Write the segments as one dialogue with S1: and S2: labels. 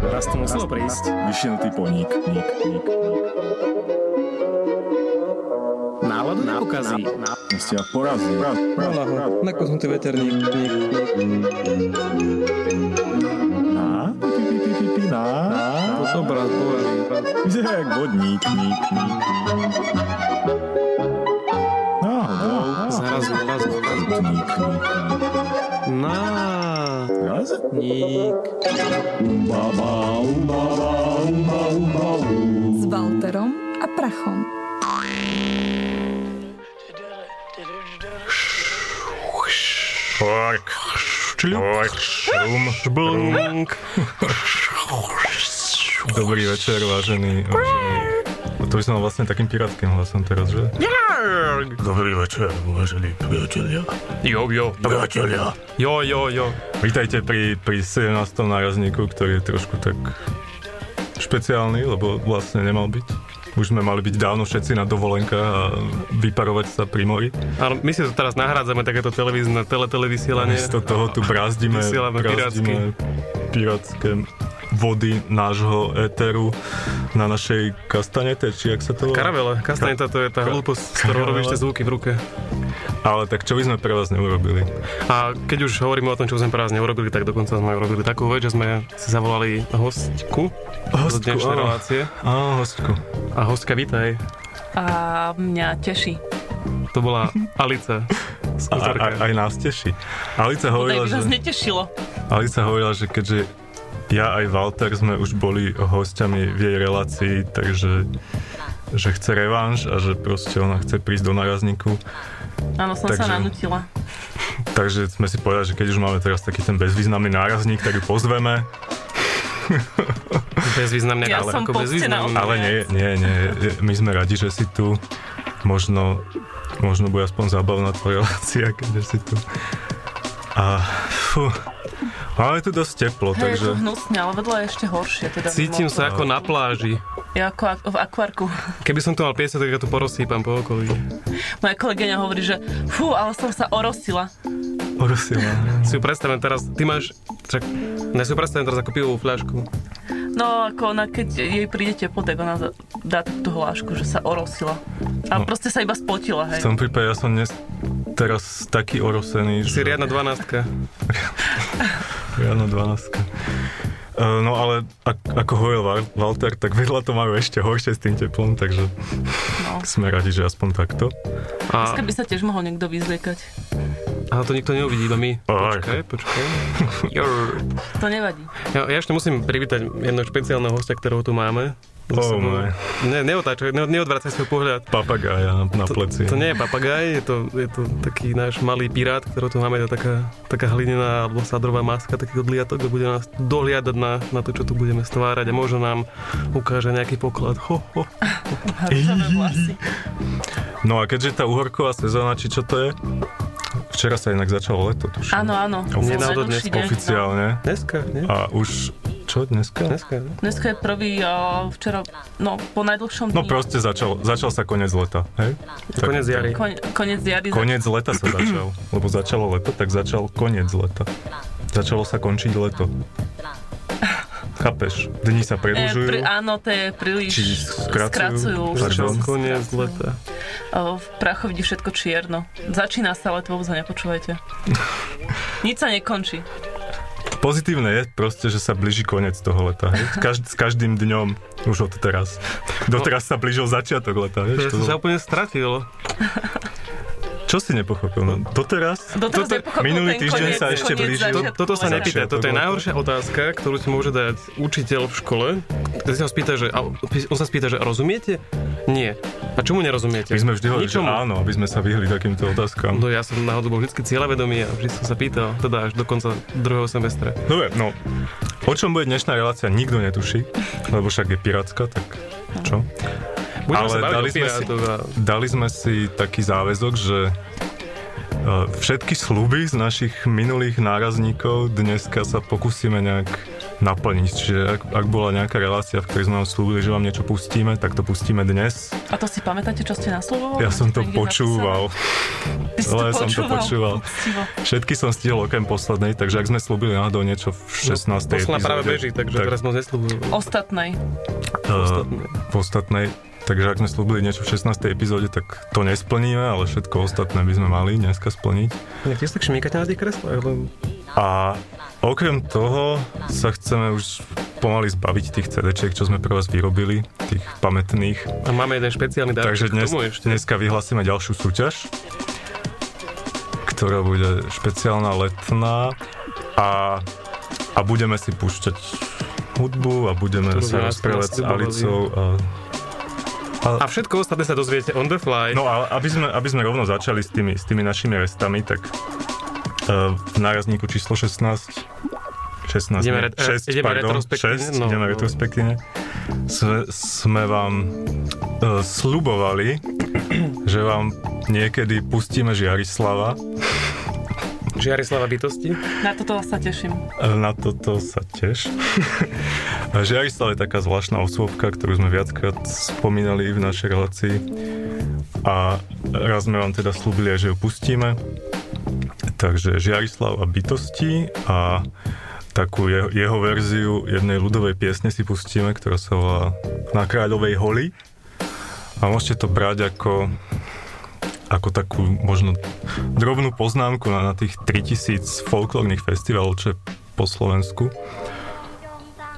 S1: Raz to muselo prísť.
S2: Vyšinutý poník. Nik, nik, nik.
S1: Náladu neukazí.
S2: Ste ma porazili. Raz, raz,
S3: Naho,
S2: raz.
S3: nakosnutý veterník. Nik, nik.
S2: Na, pi, pi, pi, pi, pi, na, na.
S3: Potom raz bojarý.
S2: Je jak vodník. Nik, nik, nik. Náhodou.
S3: Zraz, raz, raz.
S2: Nik, nik, nik.
S3: Na,
S2: Raz.
S3: nik.
S2: Ba, ba, um, ba, ba, um, ba, um, ba, um.
S4: s Walterom a Prachom.
S5: Ork. Ork. Šrum. Šblunk. Dobrý večer, vážený. vážený. To by som mal vlastne takým pirátským hlasom teraz, že?
S6: Dobrý večer, vážení priatelia.
S5: Jo, jo.
S6: Priatelia.
S5: Jo, jo, jo. Vítajte pri, pri 17. nárazníku, ktorý je trošku tak špeciálny, lebo vlastne nemal byť. Už sme mali byť dávno všetci na dovolenkách a vyparovať sa pri mori.
S7: Ale my si to teraz nahrádzame, takéto televízne, teletelevysielanie.
S5: Miesto toho tu brázdime,
S7: Vysielame
S5: brázdime pirátske vody nášho éteru na našej kastanete, či jak sa to volá?
S7: Karavele, kastaneta to je tá
S5: Ka-
S7: hlúposť, s ktorou
S5: karavela.
S7: robíš tie zvuky v ruke.
S5: Ale tak čo by sme pre vás neurobili?
S7: A keď už hovoríme o tom, čo sme pre vás neurobili, tak dokonca sme urobili takú vec, že sme si zavolali hostku, z
S5: Hostku,
S7: dnešnej
S5: áno.
S7: relácie.
S5: Á, hostku.
S7: A hostka, vítaj.
S8: A mňa teší.
S7: To bola Alica.
S5: A, a,
S7: Skútorka.
S5: aj nás teší. Alica
S8: Podaj
S5: hovorila,
S8: by
S5: že,
S8: vás netešilo.
S5: Alica hovorila, že keďže ja aj Walter sme už boli hostiami v jej relácii, takže že chce revanš a že proste ona chce prísť do narazníku.
S8: Áno, som
S5: Takže-
S8: sa nanutila.
S5: Takže sme si povedali, že keď už máme teraz taký ten bezvýznamný nárazník, tak ju pozveme.
S7: Bezvýznamne,
S8: Ja
S7: ale
S8: som
S7: ako
S8: poctená
S7: bezvýznamná.
S5: Ale nie, nie, nie. My sme radi, že si tu. Možno, možno bude aspoň zábavná tvoja relácia, keď si tu. A fú, máme tu dosť teplo,
S8: Hej, je to
S5: takže...
S8: hnusné, ale vedľa je ešte horšie. Teda
S7: Cítim
S8: mimo.
S7: sa ako na pláži.
S8: Ja ako ak- v akvarku.
S7: Keby som tu mal 50, tak ja tu porosýpam po okolí.
S8: Moja kolegyňa hovorí, že fú, ale som sa orosila.
S5: Orosila.
S7: Si ju predstavím teraz, ty máš... Čak, ja si ju predstavím teraz ako pivovú fľašku.
S8: No ako ona, keď jej príde teplo, tak ona za- dá takúto hlášku, že sa orosila. A
S5: No.
S8: proste sa iba spotila,
S5: V
S8: hej.
S5: tom prípade ja som dnes teraz taký orosený,
S7: Si
S5: že...
S7: riadna dvanáctka.
S5: Riadna 12. Uh, no ale ak, ako hovoril Wa- Walter, tak vedľa to majú ešte horšie s tým teplom, takže
S8: No.
S5: sme radi, že aspoň takto.
S7: A,
S8: Dneska by sa tiež mohol niekto vyzliekať.
S7: ale to nikto neuvidí, iba my.
S5: Aj.
S7: Počkaj, počkaj. Jor.
S8: To nevadí.
S7: Ja, ja ešte musím privítať jedného špeciálneho hostia, ktorého tu máme.
S5: Oh
S7: Som-
S5: my.
S7: Ne, neotáčaj, ne, neodvracaj svoj pohľad.
S5: Papagája na, na pleci.
S7: To nie je papagaj, je to, je to taký náš malý pirát, ktorého tu máme, je to taká, taká hlinená alebo sadrová maska, taký odliatok, a bude nás dohliadať na, na to, čo tu budeme stvárať a možno nám ukáže nejaký poklad. Ho, ho.
S8: Hrcavé vlasy.
S5: No a keďže tá uhorková sezóna, či čo to je? Včera sa inak začalo leto, tuším.
S8: Áno, áno.
S5: Ofici-
S8: Som
S7: Nenáhodou
S8: najdlhší
S7: dnes
S8: deň, no.
S5: Oficiálne.
S7: Dneska, nie?
S5: A už, čo dneska?
S7: Dneska, nie?
S8: Dneska je prvý, a včera, no po najdlhšom
S5: No
S8: dni.
S5: proste začal, začal sa koniec leta, hej? Tak-
S7: Konec jary.
S8: Kon, konec jary.
S5: Koniec leta sa začal, lebo začalo leto, tak začal koniec leta. Začalo sa končiť leto. Chápeš? Dni sa
S8: E,
S5: predlžujú.
S8: pri, áno, to je príliš...
S5: Či skracujú?
S8: skracujú.
S5: Pardon.
S7: Začal koniec leta.
S8: O, v prachu vidí všetko čierno. Začína sa, ale to vôbec ho nepočúvajte. Nič sa nekončí.
S5: Pozitívne je proste, že sa blíži koniec toho leta. Hej? S, každ- s každým dňom už od teraz. Doteraz sa blížil začiatok leta.
S7: Ja
S5: Vieš, to
S7: som sa
S5: bolo-
S7: úplne stratil.
S5: čo si nepochopil? No, doteraz?
S8: Doteraz
S7: Toto-
S8: nepochopil
S5: minulý
S8: ten
S5: týždeň
S8: koniec,
S5: sa ešte
S8: koniec
S5: blížil.
S7: To,
S8: začiatku
S7: toto sa
S8: leta.
S7: nepýtaj, toto je najhoršia otázka, ktorú ti môže dať učiteľ v škole. Keď sa ho spýta, že, a on sa spýta, že rozumiete? Nie. A čomu nerozumiete?
S5: My sme vždy hovorili, že
S7: Ničomu.
S5: áno, aby sme sa vyhli takýmto otázkam.
S7: No ja som náhodou bol vždy cieľavedomý a vždy som sa pýtal, teda až do konca druhého semestra.
S5: Dobre, no. O čom bude dnešná relácia, nikto netuší, lebo však je pirátska, tak čo?
S7: Budeme
S5: Ale
S7: sa baviť o
S5: dali sme si-
S7: pirátoch a
S5: Dali sme si taký záväzok, že e, všetky sluby z našich minulých nárazníkov dneska sa pokúsime nejak naplniť. Čiže ak, ak bola nejaká relácia, v ktorej sme vám slúbili, že vám niečo pustíme, tak to pustíme dnes.
S8: A to si pamätáte, čo ste nasľubovali?
S5: Ja som to
S8: Niekde
S5: počúval.
S8: napísané? Ty si
S5: Ale som to počúval.
S8: Poctivo.
S5: Všetky som stihol okrem poslednej, takže ak sme slúbili náhodou niečo v 16. No,
S7: Posledná práve beží, takže
S5: tak,
S7: teraz moc nesľubujú.
S8: Ostatnej.
S5: eh, v ostatnej, takže ak sme slúbili niečo v 16. epizóde, tak to nesplníme, ale všetko ostatné by sme mali dneska splniť.
S7: Ja tiež tak šmýkať na tých kreslách, lebo
S5: A okrem toho sa chceme už pomaly zbaviť tých CD-čiek, čo sme pre vás vyrobili, tých pamätných.
S7: a máme jeden špeciálny
S5: Takže
S7: darček k
S5: dnes,
S7: tomu ešte.
S5: dneska vyhlásime ďalšiu súťaž, ktorá bude špeciálna letná a, a budeme si púšťať hudbu a budeme
S7: Ktorú
S5: sa
S7: nás-
S5: rozprávať
S7: nás
S5: s
S7: ľubovali.
S5: Alicou. A,
S7: A všetko ostatné sa dozviete on the fly.
S5: no a aby sme, aby sme rovno začali s tými, s tými našimi restami, tak eh, v nárazníku číslo 16
S7: Ideme
S5: 16, nie,
S7: re- eh,
S5: 6,
S7: ideme
S5: pardon,
S7: retrospektívne,
S5: 6,
S7: no,
S5: ideme
S7: no.
S5: retrospektívne. Sme, sme vám uh, slubovali, že vám niekedy pustíme Žiarislava. e,
S7: Žiarislava bytosti.
S8: Na toto sa teším.
S5: Na toto sa tiež. Žiarislav je taká zvláštna osôbka, ktorú sme viackrát spomínali v našej relácii. A raz sme vám teda slúbili, aj, že ju pustíme. Takže Žiarislav a bytosti a takú jeho, jeho verziu jednej ľudovej piesne si pustíme, ktorá sa volá Na kráľovej holi. A môžete to brať ako ako takú možno drobnú poznámku na, na tých 3000 folklórnych festivalov, čo je po Slovensku.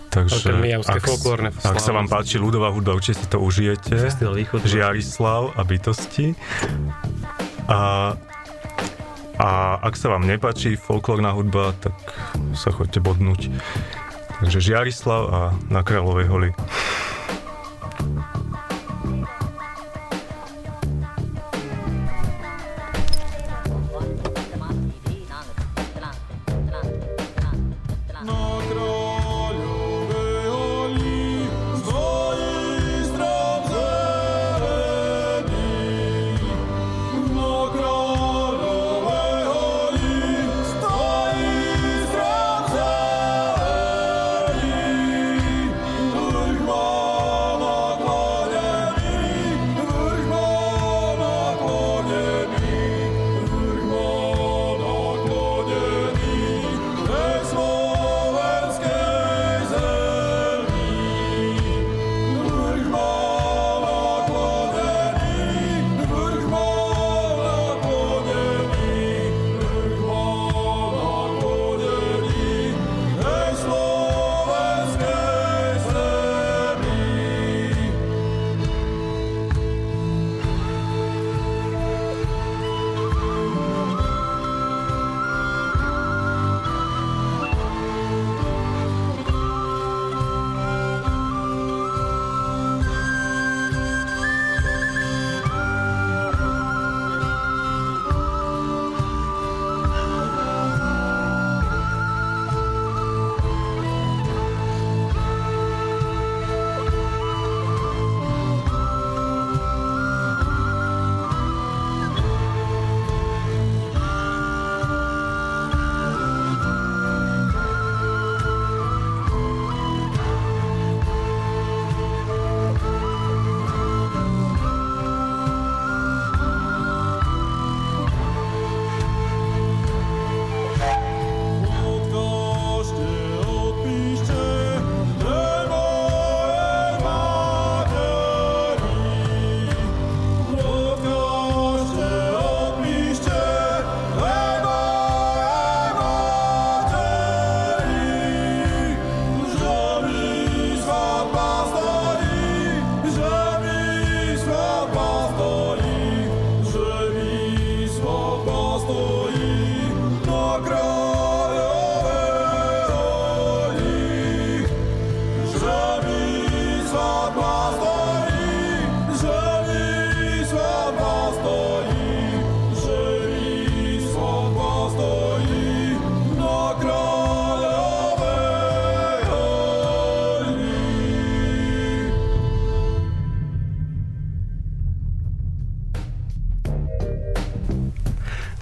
S5: Takže
S7: Okrem Mijavské
S5: ak,
S7: folklórne
S5: ak sa vám páči ľudová hudba, určite si to užijete.
S7: Festival východu.
S5: Žiarislav a bytosti. A, a ak sa vám nepáči folklórna hudba, tak sa choďte bodnúť. Takže Žiarislav a na Kráľovej holi.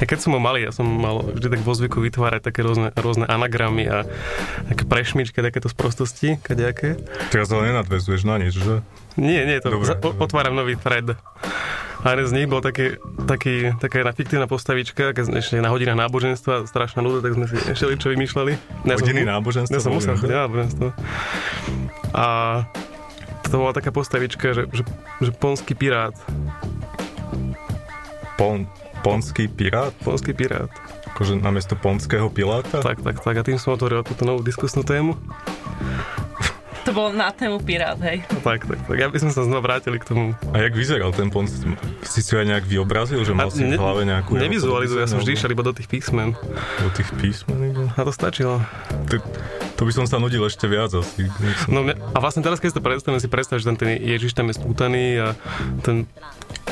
S7: Tak keď som bol malý, ja som mal vždy tak vo zvyku vytvárať také rôzne, rôzne anagramy a také prešmičky, takéto sprostosti, kadejaké.
S5: Teraz ale nenadvezuješ na nič, že?
S7: Nie, nie, to
S5: Dobre.
S7: za, o- otváram nový thread. A jeden z nich bol taký, taký, taká jedna fiktívna postavička, keď sme ešte na hodinách náboženstva, strašná nuda, tak sme si ešte čo vymýšľali. Ja som-
S5: Hodiny náboženstva.
S7: ja som musel
S5: hovorím.
S7: chodiť na náboženstvo. A to bola taká postavička, že, že, že ponský pirát.
S5: Pon, ponský pirát?
S7: Ponský pirát.
S5: Akože namiesto ponského piláta?
S7: Tak, tak, tak. A tým som otvoril túto novú diskusnú tému.
S8: To bolo na tému Pirát, hej.
S7: No, tak, tak, tak. Aby sme sa znova vrátili k tomu.
S5: A jak vyzeral ten pont? Si si ho aj nejak vyobrazil, že
S7: A
S5: mal si v
S7: ne-
S5: hlave nejakú... no,
S7: Nevizualizuj, ja som vždy išiel iba do tých písmen.
S5: Do tých písmen iba.
S7: A to stačilo.
S5: To, to by som sa nudil ešte viac asi.
S7: No mne- a vlastne teraz, keď si to predstavím, si predstav, že tam ten Ježiš tam je spútaný a ten...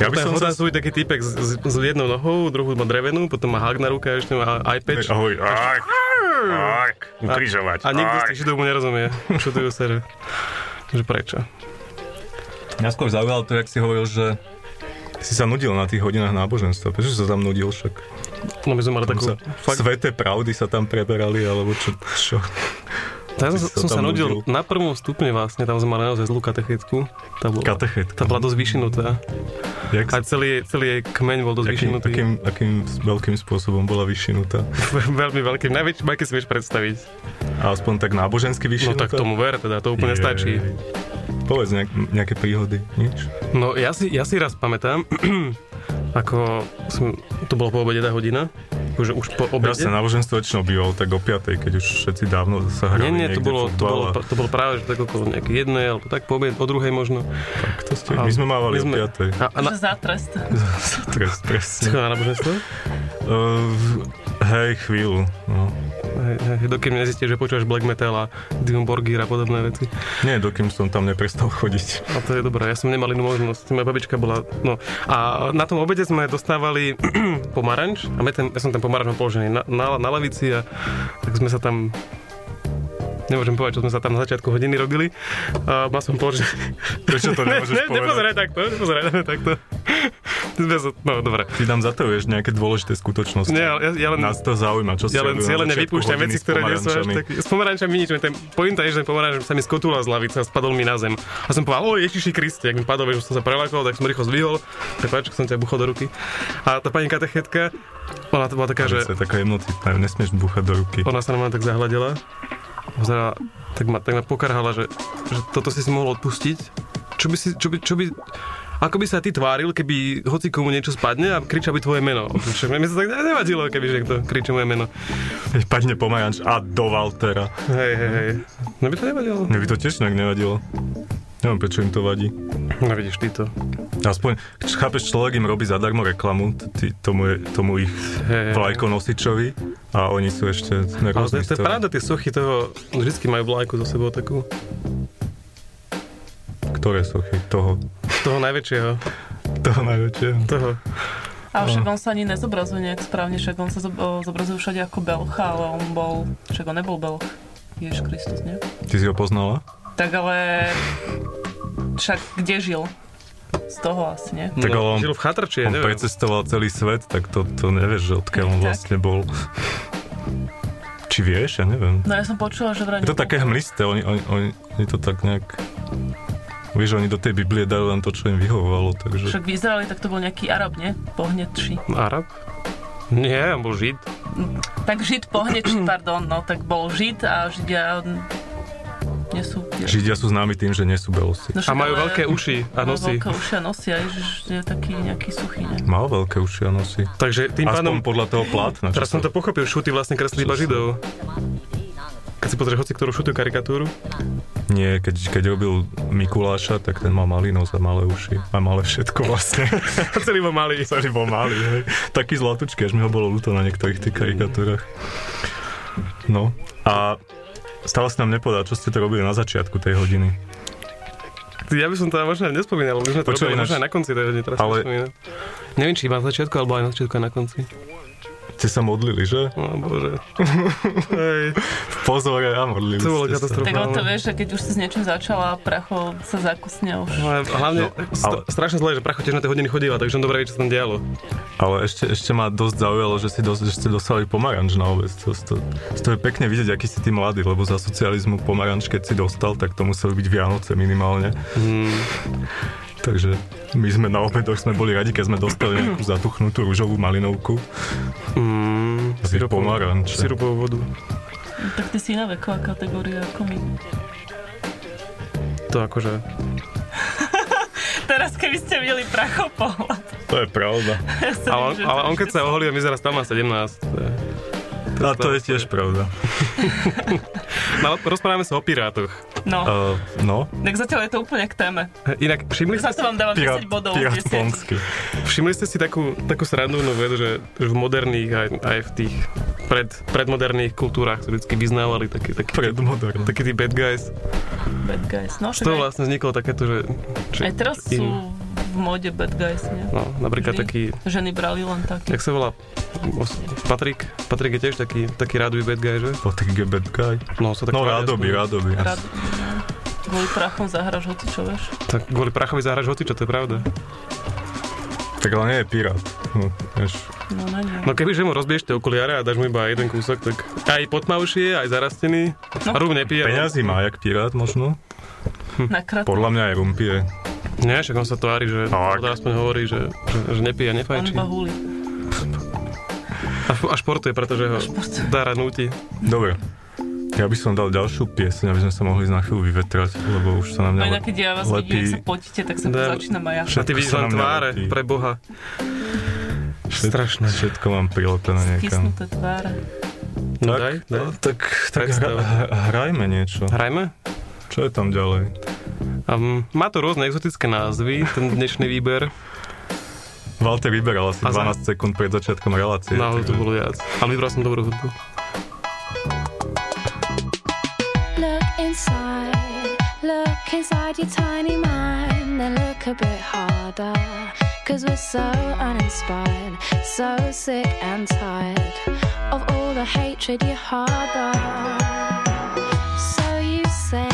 S5: Ja by som
S7: sa...
S5: sa-
S7: Sú taký typek s, s, s, jednou nohou, druhú má drevenú, potom má hák na ruke a ešte má iPad.
S5: Ahoj, aj,
S6: Aj, ukrižovať.
S7: A nikto z
S6: aj.
S7: tých židov mu nerozumie. Čudujú sa, že, že prečo.
S5: Mňa skôr zaujalo to, jak si hovoril, že si sa nudil na tých hodinách náboženstva. Prečo si sa tam nudil však?
S7: No my sme mali
S5: Tam
S7: takú...
S5: sa,
S7: Fakt,
S5: Sveté pravdy sa tam preberali, alebo čo? čo?
S7: ja som,
S5: si sa
S7: som sa
S5: tam
S7: nudil
S5: nudil.
S7: na prvom stupne vlastne, tam sme mali naozaj zlú katechetku. Tá bola,
S5: Katechetka.
S7: tá bola dosť vyšinutá.
S5: Jak,
S7: A celý, celý jej kmeň bol dosť
S5: akým,
S7: vyšinutý.
S5: akým, akým veľkým spôsobom bola vyšinutá?
S7: Veľmi veľký, najväčší, aký si vieš predstaviť.
S5: A aspoň tak nábožensky
S7: No
S5: vyšinutá?
S7: tak tomu ver, teda to úplne
S5: Jej.
S7: stačí.
S5: Povedz nejak, nejaké príhody, nič?
S7: No ja si, ja si raz pamätám, ako som, to bolo po obede tá hodina, akože už po
S5: Ja
S7: obede.
S5: sa náboženstvo väčšinou bývalo tak o 5, keď už všetci dávno sa
S7: Nie,
S5: hrali
S7: nie, to
S5: niekde
S7: bolo, to,
S5: futbal
S7: bolo,
S5: a-
S7: to bolo práve, že tak okolo nejakej jednej, alebo tak po obede, o druhej možno.
S5: Tak to ste,
S7: A-
S5: my sme mávali
S7: my sme-
S5: o 5.
S7: A, a na,
S8: Že za trest.
S5: Trest, presne.
S7: si chodil na náboženstvo?
S5: Uh, hej, chvíľu. No.
S7: Hej, hej, dokým nezistíš, že počúvaš black metal a Dimon Borgir a podobné veci.
S5: Nie, dokým som tam neprestal chodiť.
S7: A No, to je dobré, ja som nemal inú možnosť. Moja babička bola... No. A na tom obede sme dostávali pomaranč a my ten, ja som ten pomaranč mal položený na, na, na lavici a tak sme sa tam Nemôžem povedať, čo sme sa tam na začiatku hodiny robili. A mal som položený...
S5: Prečo to nemôžeš
S7: ne,
S5: povedať?
S7: nepozeraj takto, nepozeraj takto. Sme sa, no, dobre.
S5: Ty tam zatajuješ nejaké dôležité skutočnosti.
S7: Nie, ale ja, ja len...
S5: Nás to zaujíma, čo si
S7: Ja len
S5: robil na
S7: cieľene
S5: začiatku
S7: vypúšťam
S5: hodiny
S7: veci,
S5: s
S7: ktoré nie sú až
S5: pomarančami.
S7: také. S pomarančami nič, ten pointa je, že ten pomaranč sa mi skotula z lavice a spadol mi na zem. A som povedal, o Ježiši Kriste, ak mi padol, vieš, že som sa prelákol, tak som rýchlo zdvihol, prepáč, som ťa buchol do ruky. A tá pani katechetka, ona to bola taká,
S5: Takže...
S7: že No.
S5: To je taká jemnocitná, nesmieš búchať do ruky.
S7: ona sa na mňa tak zahľadila, pozerala, tak ma, tak ma pokarhala, že, že toto si si mohol odpustiť. Čo by si, čo by, čo by, ako by sa ty tváril, keby hoci komu niečo spadne a kričal by tvoje meno. Však mne sa tak nevadilo, keby že kto kričí moje meno.
S5: Keď padne pomaranč a do Waltera.
S7: Hej, hej, hej. No by to nevadilo.
S5: Mne by to tiež nejak nevadilo. Neviem, prečo im to vadí.
S7: No vidíš ty to.
S5: Aspoň, č- chápeš, človek im robí zadarmo reklamu, t- ty, tomu, je, tomu ich
S7: Hej, hej.
S5: vlajkonosičovi a oni sú ešte
S7: Ale to, je- to je
S5: nerozmysleli.
S7: pravda, tie sochy toho, vždycky majú vlajku so sebou takú,
S5: Ktoré sochy? Toho.
S7: toho najväčšieho,
S5: Toho najväčšieho.
S7: toho.
S8: A však
S5: No.
S8: on sa ani nezobrazuje nejak správne, však on sa zo- o, zobrazuje všade ako Belcha, ale on bol, však on nebol Belch. Ježiš Kristus, nie?
S5: Ty si ho poznala?
S8: Tak ale však kde žil? Z toho asi, nie?
S5: Tak ale on-
S7: no, žil v chatrči,
S5: On
S7: neviem.
S5: precestoval celý svet, tak to, to nevieš, že odkiaľ on
S8: Tak.
S5: vlastne bol. Či vieš? Ja neviem.
S8: No ja som počula, že vraj...
S5: Je to také hmlisté, oni, oni, oni, oni to tak nejak... Vieš, oni do tej Biblie dajú len to, čo im vyhovovalo, takže...
S8: Však v Izraeli tak to bol nejaký Arab, nie? Pohnetší.
S7: Arab? Nie, on bol Žid.
S8: Tak Žid pohnetší, pardon, no tak bol Žid a Židia mm, nie sú...
S5: Židia sú známi tým, že nie sú belosi.
S8: No
S7: A
S8: však
S7: majú
S8: ale-
S7: veľké uši a
S8: majú
S7: nosy.
S8: Veľké uši a nosy a ježiš, je taký nejaký suchý, ne?
S5: Mal veľké uši a nosy.
S7: Takže tým
S5: Aspoň
S7: pádom,
S5: podľa toho plátna. čo
S7: teraz som to
S5: sa-
S7: pochopil, šuty vlastne kreslí iba Židov. Keď si pozrieš hoci ktorú šutiu karikatúru,
S5: Nie, keď, keď robil Mikuláša, tak ten mal malý nos a malé uši. A malé všetko vlastne.
S7: a celý bol malý.
S5: Celý bol malý, hej. Taký zlatučký, až mi ho bolo ľúto na niektorých tých karikatúrach. No. A stále sa nám nepodá, čo ste to robili na začiatku tej hodiny.
S7: Ja by som to možno aj nespomínal, my sme to
S5: Počúvaj,
S7: robili
S5: ináč-
S7: možno aj na konci tej hodiny, teraz
S5: ale-
S7: ale... Neviem, či iba na začiatku, alebo aj na začiatku a na konci.
S5: Ste sa modlili, že?
S7: No bože. Hej,
S5: V pozore a modlili
S7: to bolo
S5: ste sa.
S7: katastrofa.
S8: Tak ale to vieš, že keď už si s niečím začala, pracho sa zakusne už.
S7: No, a hlavne
S5: No,
S7: no, ale...
S5: ale-
S7: strašne zle, že pracho tiež na tie hodiny chodíva, takže som dobre vie, čo sa tam dialo.
S5: Ale ešte, ešte ma dosť zaujalo, že, si dos, že ste dostali pomaranč na obec. To, to, to je pekne vidieť, aký si ty mladý, lebo za socializmu pomaranč, keď si dostal, tak to museli byť Vianoce minimálne.
S7: Hmm.
S5: Takže my sme na obedoch sme boli radi, keď sme dostali nejakú zatuchnutú rúžovú malinovku.
S7: Mm,
S5: Taký pomaranč.
S7: Sirupovú vodu.
S8: Tak ty si iná veková kategória ako my.
S7: To akože...
S8: Teraz keby ste videli pracho pohľad.
S5: To je pravda.
S8: Ja sa
S7: Ale, on,
S8: viem, že
S7: ale
S8: to
S7: on
S8: ešte
S7: keď sa oholí, on vyzerá stále má 17. To je-
S5: A to je tiež pravda.
S7: No, ale rozprávame sa o pirátoch.
S8: No,
S5: Uh, no,
S8: tak zatiaľ je to úplne k téme.
S7: Inak všimli ste,
S8: Za to vám dávam
S5: pirát,
S8: 10 bodov
S5: pirát
S8: z 10.
S5: Ponský.
S7: všimli ste si takú, takú srandovnú vec, že že v moderných aj, aj v tých pred, predmoderných kultúrach sa vždy vyznávali takí, takí,
S5: Predmoderný.
S7: takí tí bad guys.
S8: Bad guys. No,
S7: Z toho
S8: však aj,
S7: vlastne vzniklo takéto, že... že
S8: aj teraz sú v móde bad guys, nie?
S7: No, napríklad
S8: Vždy.
S7: taký,
S8: Ženy brali len také.
S7: jak sa volá, os- Patrik, Patrik je tiež taký, taký rádový bad guy, že?
S5: Patrik je bad guy.
S7: No, sa tak
S5: No,
S7: tvária
S5: rádoby,
S7: spolu.
S5: rádoby.
S8: Rád, kvôli prachom zahraš hoci čo, vieš?
S7: Tak kvôli prachovi zahraš hoci, čo to je pravda.
S5: Tak ale nie je pirát. No, vieš.
S8: No, ne, nie.
S7: No kebyže mu rozbiješ tie okuliare a dáš mu iba jeden kúsok, tak aj potmavší je, aj zarastený.
S8: No.
S7: A rum nepije.
S5: Peňazí má jak pirát možno.
S7: Hm.
S8: Na krátko.
S5: Podľa mňa aj rum pije.
S7: Nie, však on sa tvári, že
S5: Tak.
S7: on aspoň hovorí, že, že, že nepije a
S8: On
S7: nefajčí.
S8: iba húli.
S7: A, a športuje, pretože ho dára nutí.
S5: Dobre. Ja by som dal ďalšiú pieseň, aby sme sa mohli na chvíľu vyvetrať, lebo už sa na mňa le-
S8: A No inak, keď ja vás vidím,
S5: lepí.
S8: ak sa potíte, tak sa to
S7: Dá-
S8: začínam aj
S7: A
S8: ja.
S7: ty
S5: Všetko
S7: vidíš
S5: sa
S7: len
S5: na mňa
S7: tváre,
S5: lepí.
S7: pre Boha.
S5: Všet-
S7: Strašné.
S5: Všetko mám prilepené niekam.
S8: Skysnuté tváre.
S7: No daj, daj.
S5: tak, tak
S7: Predstav.
S5: hra- hrajme niečo.
S7: Hrajme?
S5: Čo je tam ďalej?
S7: Um, má to rôzne exotické názvy, ten dnešný výber.
S5: Walter vyberal asi
S7: A za-
S5: 12 sekúnd pred začiatkom relácie.
S7: Náhodou to
S5: takže-
S7: bolo viac. Ale vybral som dobrú hudbu.
S9: Look inside, look inside your tiny mind, then look a bit harder. Cause we're so uninspired, so sick and tired of all the hatred you harbor. So you say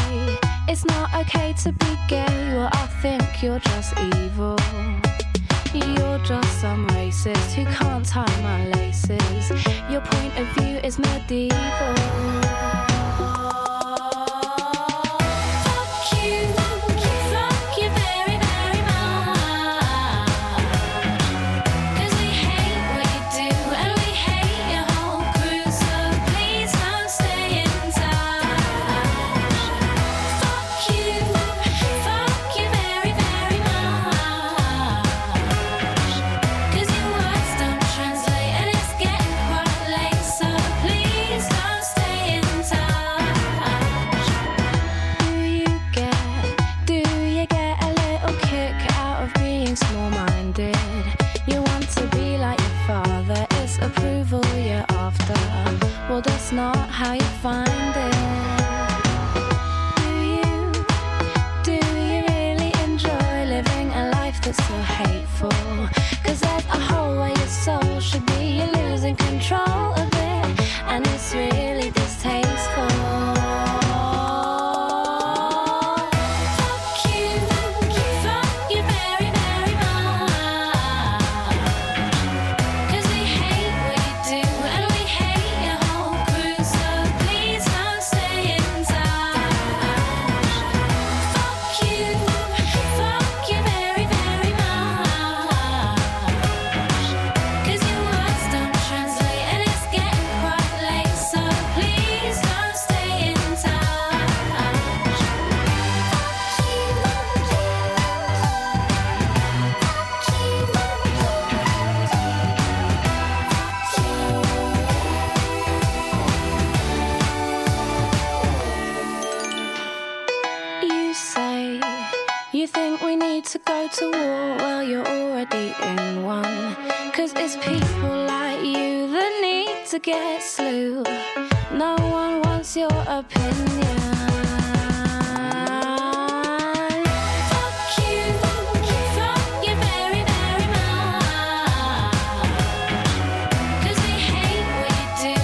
S9: it's not okay to be gay, well, I think you're just evil. You're just some racist who can't tie my laces. Your point of view is medieval. Fuck you, fuck you very, very much. we hate what you do and we hate your whole crew, so please don't stay in Fuck you, fuck you very, very much. your words don't translate and it's getting quite late, so please don't stay in do you get, do you get a little kick out of being small minded? You want to be like your father, it's approval you're after. Well, that's not how you find it. Do you, do you really enjoy living a life that's so hateful? Cause there's a hole where your soul should be, you're losing control of it, and it's really distasteful. Fuck you, fuck you very, very much. Cause we hate what you do and we hate your whole crew, so please don't stay in Fuck you, fuck you very, very much. Cause your words don't translate and it's getting quite late, so please don't stay in You say you think we need to go to war. Well, you're already in one. Cause it's people like you that need to get slew. No one wants your opinion. Fuck you, fuck you very, very much. Cause we hate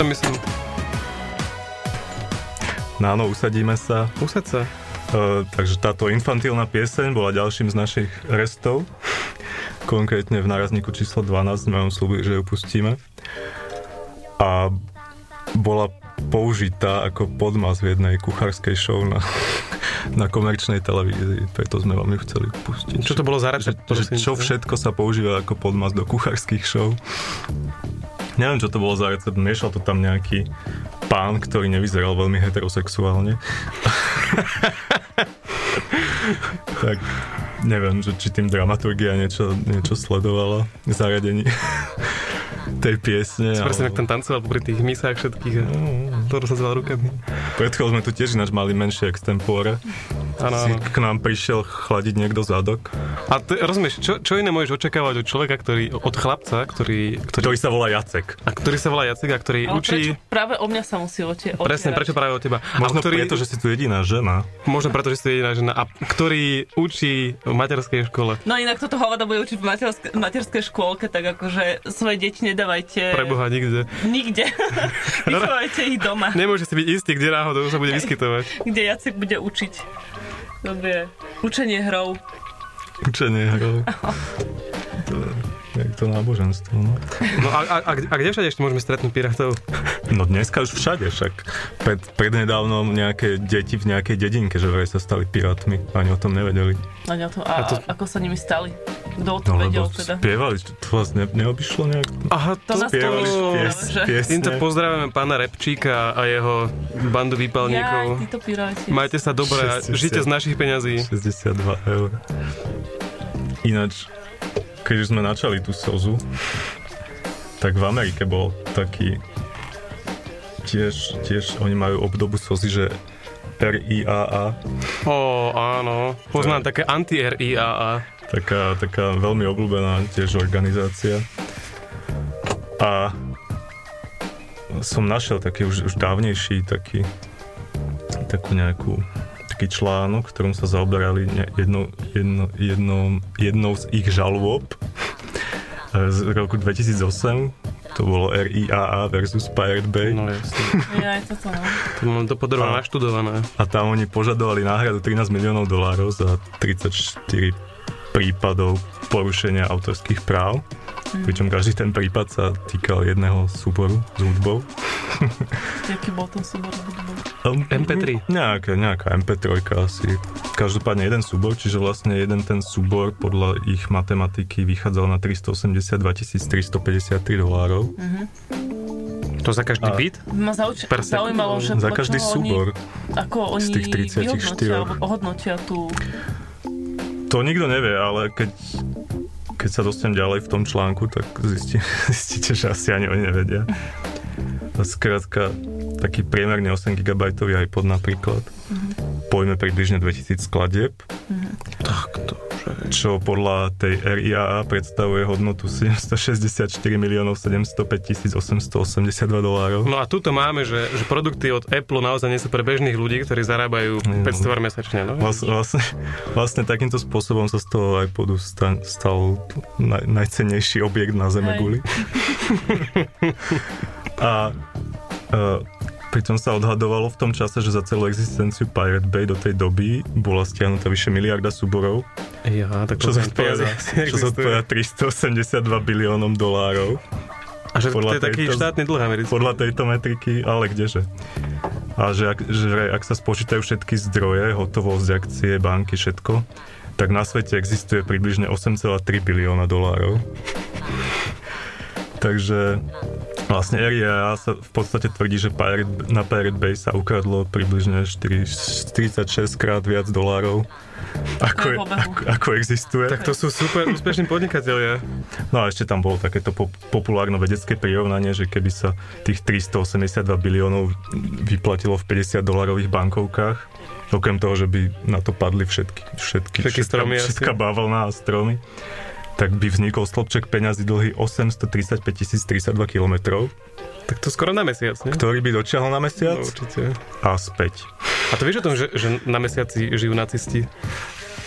S7: Myslím,
S5: No áno, usadíme sa.
S7: usad sa.
S5: E, takže táto infantilná pieseň bola ďalším z našich restov. Konkrétne v nárazníku číslo 12 sme vám slúbili, že ju pustíme. A bola použitá ako podmaz v jednej kuchárskej show na, na komerčnej televízii, preto sme vám ju chceli pustiť.
S7: Čo to bolo za
S5: že,
S7: recept?
S5: že
S7: prosím
S5: čo
S7: ťa?
S5: všetko sa používa ako podmas do kuchárskych show. Neviem, čo to bolo za recept, miešal to tam nejaký pán, ktorý nevyzeral veľmi heterosexuálne. tak neviem, že či tým dramaturgia niečo, niečo sledovala, zaradenie tej piesne.
S7: Si Presne, ak tam tancoval popri tých misách všetkých eh. a
S5: Mm.
S7: to rozhazoval rukami.
S5: Pred chvíľou sme tu tiež ináč mali menšie extempore.
S7: Áno,
S5: Si
S7: áno.
S5: k nám prišiel chladiť niekto zadok,
S7: A ty, rozumieš, čo, čo iné môžeš očakávať od človeka, ktorý, od chlapca, ktorý, ktorý,
S5: ktorý sa volá Jacek.
S7: a ktorý sa volá Jacek a ktorý
S8: Ale
S7: učí...
S8: prečo práve o mňa sa musí otie, otierať?
S7: Presne, prečo práve od teba. A
S5: Možno
S7: ktorý,
S5: preto, že si tu jediná žena.
S7: Možno preto, že si jediná žena. A ktorý učí v materskej škole.
S8: No inak toto hovada bude učiť v materske, materskej škôlke, tak akože svoje deti nedávajte
S7: Preboha nikde.
S8: nikde. Vychovajte ich doma,
S7: Nemôže si byť istý, kde náhodou sa bude vyskytovať.
S8: kde Jacek bude učiť. Dobre. Učenie hrou.
S5: Učenie hrou. To je jak to náboženstvo, no.
S7: No a, a, a, kde- a kde všade ešte môžeme stretnúť pirátov?
S5: No dneska už všade, však pred, prednedávnom nejaké deti v nejakej dedinke, že vraj sa stali pirátmi, ani o tom nevedeli.
S8: A, ne o tom, a,
S7: A
S8: a
S7: to-
S8: ako sa nimi stali? Kto o tom
S5: No
S8: vedel
S5: lebo
S8: teda?
S5: spievali, to vás ne, neobyšlo nejak?
S7: Aha,
S8: To nás to
S5: Spievali
S8: vyšlo,
S5: pies,
S8: že-
S5: piesne.
S7: Týmto pozdravujeme pána Repčíka a jeho bandu
S8: Jaj,
S7: výpalníkov.
S8: títo piráti.
S7: Majte sa dobre a
S5: 60.
S7: žite z našich peňazí.
S5: 62 eur. Ináč, keď už sme načali tú sozu, tak v Amerike bol taký tiež, tiež oni majú obdobu sozy, že RIAA,
S7: Ó, áno. Poznám také anti-RIAA.
S5: taká, taká veľmi obľúbená tiež organizácia. A som našiel taký už, už dávnejší taký, takú nejakú taký článok, v ktorom sa zaoberali ne- jednou, jedno, jednou, jednou z ich žalôb e, z roku 2008. To bolo RIAA versus Pirate Bay.
S7: No jasne.
S8: Jaj, toto no.
S7: To mám to podrobne
S5: Áno.
S7: naštudované.
S5: A tam oni požadovali náhradu 13 miliónov dolárov za 34 prípadov porušenia autorských práv. Pričom každý ten prípad sa týkal jedného súboru s hudbou.
S8: Jaký bol ten súbor hudbu?
S7: MP3.
S5: Nejaká, Ehm, nejaká MP3 asi. Každopádne jeden súbor, čiže vlastne jeden ten súbor podľa ich matematiky vychádzal na 382 353 dolárov.
S7: To za každý
S5: A-
S7: beat?
S8: Ma zauč-
S7: Perfekt.
S8: zaujímalo, že
S5: Za
S8: podľa
S5: každý
S8: čoho
S5: súbor.
S8: Oni, ako oni
S5: z tých 34.
S8: vyhodnotia, alebo ohodnotia tú...
S5: To nikto nevie, ale keď, keď sa dostanem ďalej v tom článku, tak zistí, zistíte, že asi ani oni nevedia. A skrátka, taký priemerne 8 GB iPod napríklad pojme približne 2000 skladieb. Tak to čo podľa tej RIAA predstavuje hodnotu 764 miliónov 705 882 dolárov.
S7: No a tuto máme, že, že produkty od Apple naozaj nie sú pre bežných ľudí, ktorí zarábajú
S5: Mm.
S7: 500 eur mesačne. No?
S5: Vlast, vlastne, vlastne takýmto spôsobom sa z toho iPodu stan, stal naj, najcennejší objekt na Zeme
S8: Hej.
S5: guli. A uh, pritom sa odhadovalo v tom čase, že za celú existenciu Pirate Bay do tej doby bola stiahnutá vyše miliarda súborov,
S7: Ja, tak
S5: čo
S7: to som
S5: zodpovedá, čo zodpovedá 382 biliónom dolárov.
S7: A že to
S5: podľa
S7: je taký
S5: tejto-
S7: štátny dlh americký.
S5: Podľa tejto metriky, ale kdeže. A že ak, že vraj, ak sa spočítajú všetky zdroje, hotovosť, akcie, banky, všetko, tak na svete existuje približne 8,3 bilióna dolárov. Takže vlastne RIA sa v podstate tvrdí, že Pirate, na Pirate Bay sa ukradlo približne 4, 46 krát viac dolárov, ako, je,
S8: v obehu.
S5: ako, ako existuje.
S7: Tak to sú super úspešní podnikatelia.
S5: No a ešte tam bolo takéto pop- populárno-vedecké prirovnanie, že keby sa tých 382 biliónov vyplatilo v 50 dolárových bankovkách, okrem toho, že by na to padli všetky, všetky,
S7: Všetky
S5: všetka,
S7: stromy asi.
S5: všetka bavlna a stromy, tak by vznikol stĺpček peňazí dlhý 835 032 km,
S7: Tak to skoro na mesiac, nie?
S5: ktorý by dočiahol na
S7: No,
S5: mesiac
S7: určite.
S5: a späť.
S7: A to vieš o tom, že, že na mesiaci žijú nacisti?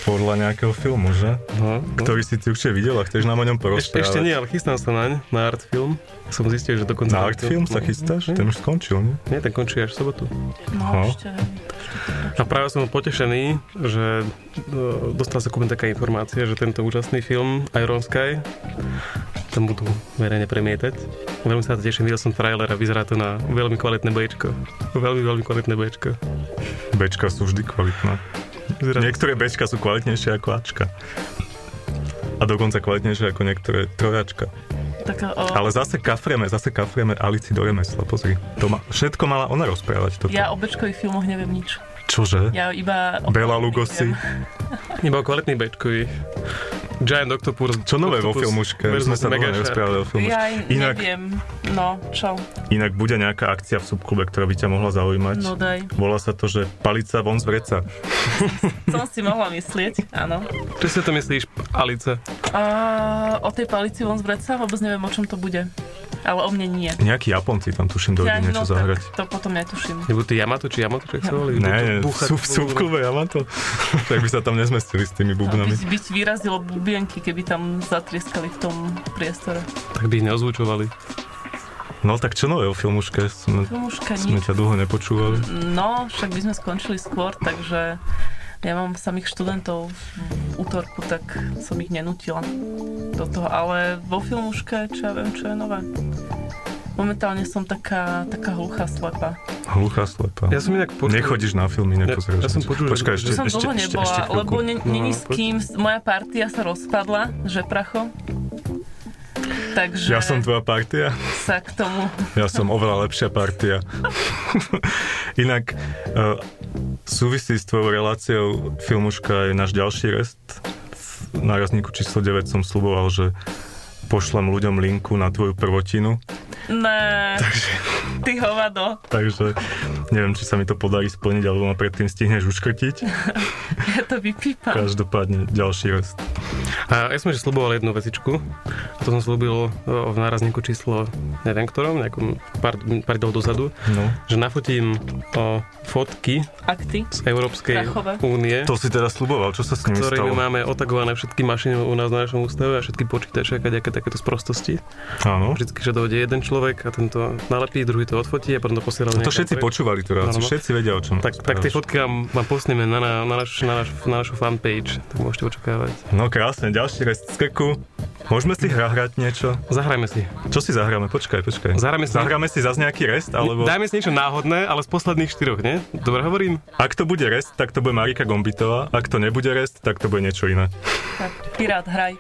S5: podľa nejakého filmu, že?
S7: No, no.
S5: Ktorý si ty určite videl a chceš nám o ňom
S7: Ešte,
S5: porozprávať.
S7: ešte nie, ale chystám sa naň, na art film. Som zistil, že dokonca...
S5: Na Artfilm
S7: No.
S5: sa chystáš? Ten už skončil, nie?
S7: Hm? Nie, ten končí až v sobotu.
S8: No,
S5: Aha.
S8: ešte.
S7: A práve som potešený, že e, dostala sa ku mne taká informácia, že tento úžasný film Iron Sky tam budú verejne premietať. Veľmi sa na to teším, videl som trailer a vyzerá to na veľmi kvalitné bečko. Veľmi, veľmi kvalitné bečko.
S5: Bečka sú vždy kvalitné.
S7: Vyzerá to-
S5: Niektoré Bčka sú kvalitnejšie ako Ačka. A dokonca kvalitnejšie ako niektoré trojačka.
S8: Taká, o,
S5: Ale zase kafrieme, zase kafrieme Alici do remesla, pozri. To ma, všetko mala ona rozprávať toto.
S8: ja o bečkových filmoch neviem nič.
S5: Čože?
S8: Ja iba... o-
S5: Bela Lugosi.
S7: Iba o kvalitný bečkový. Giant Octopus.
S5: Čo nové vo
S7: Octopus
S5: filmuške? Už
S7: versus
S5: Sme sa dlho
S7: Megashark.
S5: nerozprávali o filmuške.
S8: Ja
S5: Inak,
S8: neviem. No, čo?
S5: inak bude nejaká akcia v subklube, ktorá by ťa mohla zaujímať.
S8: No daj.
S5: Volá sa to, že palica von z vreca.
S8: Som si mohla myslieť, áno.
S7: Čo si o to myslíš, Alice?
S8: A, o tej palici von z vreca vôbec neviem, o čom to bude. Ale o mne nie.
S5: Nejakí Japonci tam tuším dojde
S8: Ja,
S5: niečo
S8: no,
S5: zahrať.
S8: tak to potom netuším.
S7: Nebudú tí Yamato či Yamato, čo sa volali?
S5: Ne,
S7: Budú búchať
S5: sú v
S7: po-
S5: subklube, ja mám to. tak by sa tam nezmestili s tými
S8: By,
S5: bubnami.
S8: by ti vyrazilo bubienky, keby tam zatrieskali v tom priestore.
S7: Tak by ich neozvučovali.
S5: No tak čo nové o filmuške? Sme,
S8: Filmuška
S5: sme
S8: No, nič.
S5: ťa dlho nepočúvali.
S8: No, však by sme skončili skôr, takže ja mám samých študentov v útorku, tak som ich nenutila do toho. Ale vo filmuške, čo ja viem, čo je nové. Momentálne som taká, taká hluchá slepa.
S5: Hluchá slepa.
S7: Ja som inak počul...
S5: Nechodíš na filmy, nepozrieš.
S7: Ja- ja som
S5: nič.
S7: počul, že-
S5: Počkaj,
S7: že
S5: ešte,
S8: Som
S5: ešte,
S8: dlho
S5: ešte,
S8: nebola,
S5: ešte chvíľku.
S8: lebo ne, není
S7: No,
S8: s kým, moja partia sa rozpadla, že pracho. Takže
S5: Ja som tvoja partia.
S8: sa k tomu...
S5: Ja som oveľa lepšia partia. Inak uh, súvisí s tvojou reláciou filmuška je náš ďalší rest. V nárazníku číslo 9 som sluboval, že pošlem ľuďom linku na tvoju prvotinu.
S8: Ne, ty hovado.
S5: Takže neviem, či sa mi to podarí splniť, alebo ma predtým stihneš uškrtiť.
S8: Ja to vypípam.
S5: Každopádne ďalší rest.
S7: A ja som že sluboval jednu vecičku. To som slúbil o, v nárazníku číslo, neviem ktorom, nejakom pár, pár dlho dozadu,
S5: No.
S7: že nafotím o, fotky
S8: A ty?
S7: z Európskej
S8: Prachové.
S7: únie,
S5: To si teda sluboval, čo sa s nimi
S7: ktorými
S5: stalo?
S7: máme otagované všetky mašiny u nás na našom ústave a všetky počítače a nejaké takéto sprostosti.
S5: Áno.
S7: Vždycky, že dojde jeden človek a tento nalepí, druhý to odfotí a potom to posiela
S5: To
S7: niekam
S5: všetci
S7: preč.
S5: počúvali tú reláciu,
S7: Áno. no.
S5: všetci vedia, o čom
S7: Tak, tak tie
S5: rozprávaš.
S7: fotky vám, vám posneme na, na, na, naš, na, naš, na našu fanpage, tak môžete očakávať.
S5: No krásne, ďalší rest z krku. Môžeme si hra hrať niečo?
S7: Zahrajme si.
S5: Čo si zahráme? Počkaj, počkaj.
S7: Zahráme si-
S5: zahráme si zase nejaký rest, alebo...
S7: Dajme si niečo náhodné, ale z posledných štyroch, nie? Dobre hovorím?
S5: Ak to bude rest, tak to bude Marika Gombitová. Ak to nebude rest, tak to bude niečo iné.
S8: Tak, pirát, hraj.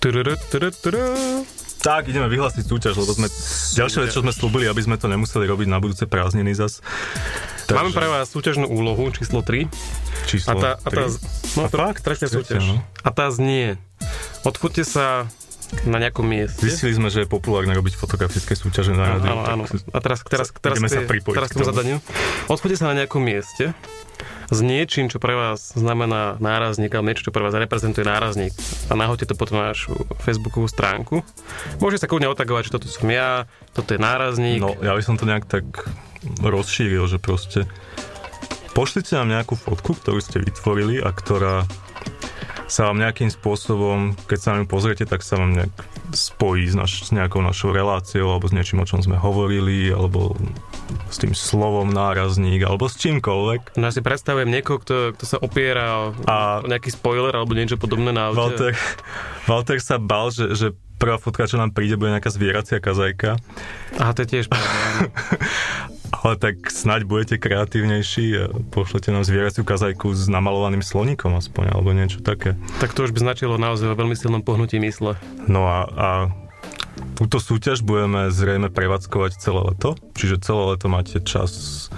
S7: Tururú, turú, turú.
S5: Tak, ideme vyhlásiť súťaž, lebo sme... Ďalšia vec, čo sme slúbili, aby sme to nemuseli robiť na budúce prázdniny zas. Takže
S7: Máme pre vás súťažnú úlohu číslo 3.
S5: číslo
S7: A tá, a tá,
S5: tri.
S7: no,
S5: A
S7: to
S5: fakt?
S7: tretia
S5: Tretia,
S7: súťaž.
S5: no.
S7: A tá znie. Odfoďte sa na nejakom mieste.
S5: Zistili sme, že je populárne robiť fotografické súťaže na rádiu.
S7: Áno, áno.
S5: tak
S7: A teraz, teraz, teraz,
S5: ideme sa
S7: tej-
S5: pripojiť
S7: teraz
S5: k
S7: k tomu
S5: tomu.
S7: zadaniu. Odchoďte sa na nejakom mieste s niečím, čo pre vás znamená nárazník, alebo niečo, čo pre vás reprezentuje nárazník. A nahoďte to potom na našu Facebookovú stránku. Môžete sa kľudne otagovať, že toto som ja, toto je nárazník.
S5: No, ja by som to nejak tak rozšíril, že proste pošlite nám nejakú fotku, ktorú ste vytvorili a ktorá sa vám nejakým spôsobom, keď sa na ňu pozriete, tak sa vám nejak spojí s, naš, s nejakou našou reláciou alebo s niečím, o čom sme hovorili, alebo s tým slovom nárazník, alebo s čímkoľvek.
S7: No ja si predstavujem niekoho, kto, kto sa opiera o,
S5: A-
S7: o nejaký spoiler alebo niečo podobné na aute.
S5: Walter, Walter sa bal, že, že prvá fotka, čo nám príde, bude nejaká zvieracia kazajka.
S7: Aha, to je tiež pravda. áno.
S5: Ale tak snáď budete kreatívnejší a pošlete nám zvieraciu kazajku s namalovaným sloníkom aspoň, alebo niečo také.
S7: tak to už by značilo naozaj o veľmi silnom pohnutí mysle.
S5: No a, a túto súťaž budeme zrejme prevádzkovať celé leto, čiže celé leto máte čas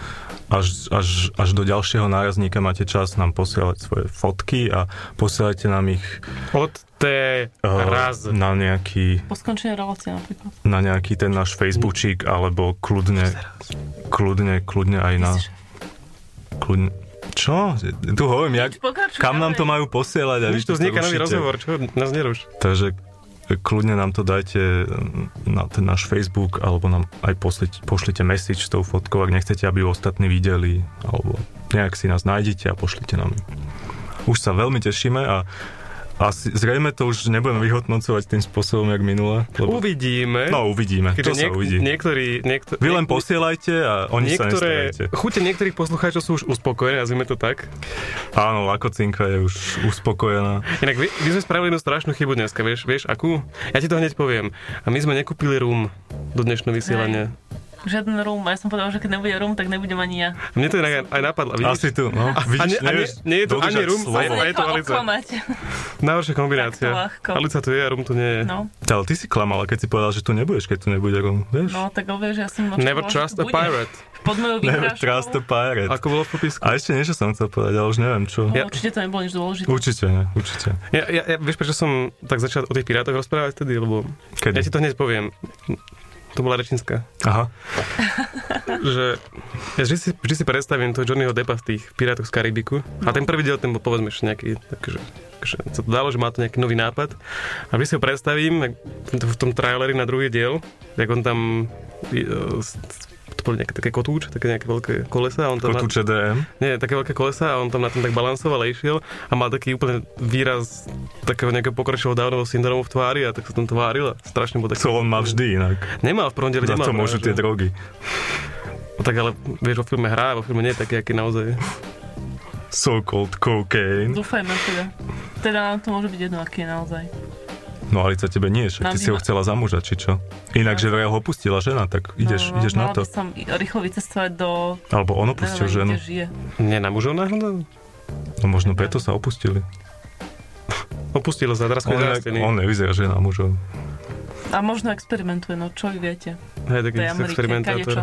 S5: Až, až, až do ďalšieho nárazníka máte čas nám posielať svoje fotky a posielajte nám ich
S7: Od té
S5: eh,
S7: raz.
S5: na nejaký
S8: Po skončení relácie napríklad.
S5: na nejaký ten náš Facebookčík, alebo kľudne, kľudne, kľudne aj na... Kľudne, čo? Tu hovorím, jak,
S8: Pokračuj
S5: kam nám
S8: ďalej.
S5: to majú posielať a vy
S7: Už tu
S5: to
S7: vzniká nový
S5: rušíte.
S7: rozhovor, čo? Nás neruš.
S5: Takže e, kľudne nám to dajte e, na ten náš Facebook, alebo nám aj poslite, pošlite message s tou fotkou, ak nechcete, aby ju ostatní videli, alebo nejak si nás nájdete a pošlite nám. ju. Už sa veľmi tešíme a a zrejme to už nebudeme vyhodnocovať tým spôsobom, jak minule. Lebo...
S7: Uvidíme.
S5: No, uvidíme.
S7: Keďže
S5: to sa
S7: niek-
S5: uvidí.
S7: Niektorí, niektor-
S5: Vy len
S7: niek-
S5: posielajte a oni
S7: niektoré,
S5: sa nestarajte.
S7: chute niektorých poslucháčov sú už uspokojené, nazvime to tak.
S5: Áno, lakocinka je už uspokojená.
S7: Inak my, my sme spravili jednu strašnú chybu dneska, vieš, vieš akú? Ja ti to hneď poviem. A my sme nekúpili rum do dnešného vysielania.
S8: Žiaden rum. A ja som povedala, že keď nebude rum, tak nebudem ani ja.
S7: Mne to inak aj, aj napadlo. Vidíš?
S5: Asi tu, no.
S7: a ne-
S5: Vidíš, nevieš
S7: nie je tu
S5: dodržať
S7: ani rum,
S5: slovo.
S7: aj- aj- je to
S8: Nechala
S7: Alica.
S8: oklamať.
S7: Najhoršia kombinácia.
S8: Takto ľahko.
S7: Alica tu je a rum tu nie je.
S8: No,
S5: Ale ty si klamala, keď si povedal, že tu nebudeš, keď tu nebude rum. Vieš?
S8: no tak ho vieš, ja som
S7: Never
S8: očakávala,
S7: trust
S8: že to
S7: a
S8: vlastne bude.
S7: pirate.
S8: Pod mojou
S5: Never
S8: výhražkou.
S5: trust a pirate.
S7: Ako bolo v popisku.
S5: A ešte niečo som chcel povedať, ale už neviem čo.
S8: No, Určite to nebolo nič dôležité.
S5: Určite ne, určite.
S7: Ja, ja, ja, vieš, prečo som tak začal o tých pirátoch rozprávať vtedy? Lebo ja ti
S5: Kedy?
S7: to hneď poviem. To bola rečnická.
S5: Aha.
S7: Že ja vždy si, vždy si predstavím toho Johnnyho Deppa z tých Pirátoch z Karibiku. A ten prvý diel, ten bol povedzme ešte nejaký, takže, takže sa to dalo, že má to nejaký nový nápad. A vždy si ho predstavím jak v tom- v tom traileri na druhý diel, jak on tam je, e, s- to boli nejaké také kotúč, také nejaké veľké kolesa. A on tam na-
S5: Kotúče DM.
S7: Nie, také veľké kolesa a on tam na tom tak balansoval a išiel a mal taký úplne výraz takého nejakého pokročilého Downovho syndromu v tvári a tak sa tam tváril a strašne bol taký.
S5: Co on má vždy inak.
S7: Nemal v prvom diele,
S5: Za
S7: nemal.
S5: to môžu
S7: práve,
S5: tie
S7: že-
S5: drogy.
S7: No Tak ale vieš, vo filme hrá, vo filme nie je taký, aký naozaj. je.
S5: So called cocaine.
S8: Dúfajme teda. Teda nám to môže byť jedno, aký je naozaj.
S5: No ale sa tebe nie, však ty
S8: Nám
S5: si ho
S8: iba-
S5: chcela zamúžať, či čo? Inak, že vraj ho opustila žena, tak ideš,
S8: no,
S5: ideš na
S8: mala
S5: to.
S8: by som i- rýchlo vycestovať do...
S5: Alebo on opustil
S8: neviem,
S5: ženu.
S8: Kde žije.
S7: Nie, na mužov náhodou?
S5: No možno preto sa opustili.
S7: Opustilo sa, teraz je
S5: On, ne,
S7: zarastený.
S5: on nevyzerá žena mužov.
S8: A možno experimentuje, no čo vy viete.
S7: Hej, taký
S8: To je Amerike, kadečo.
S7: experimentátor.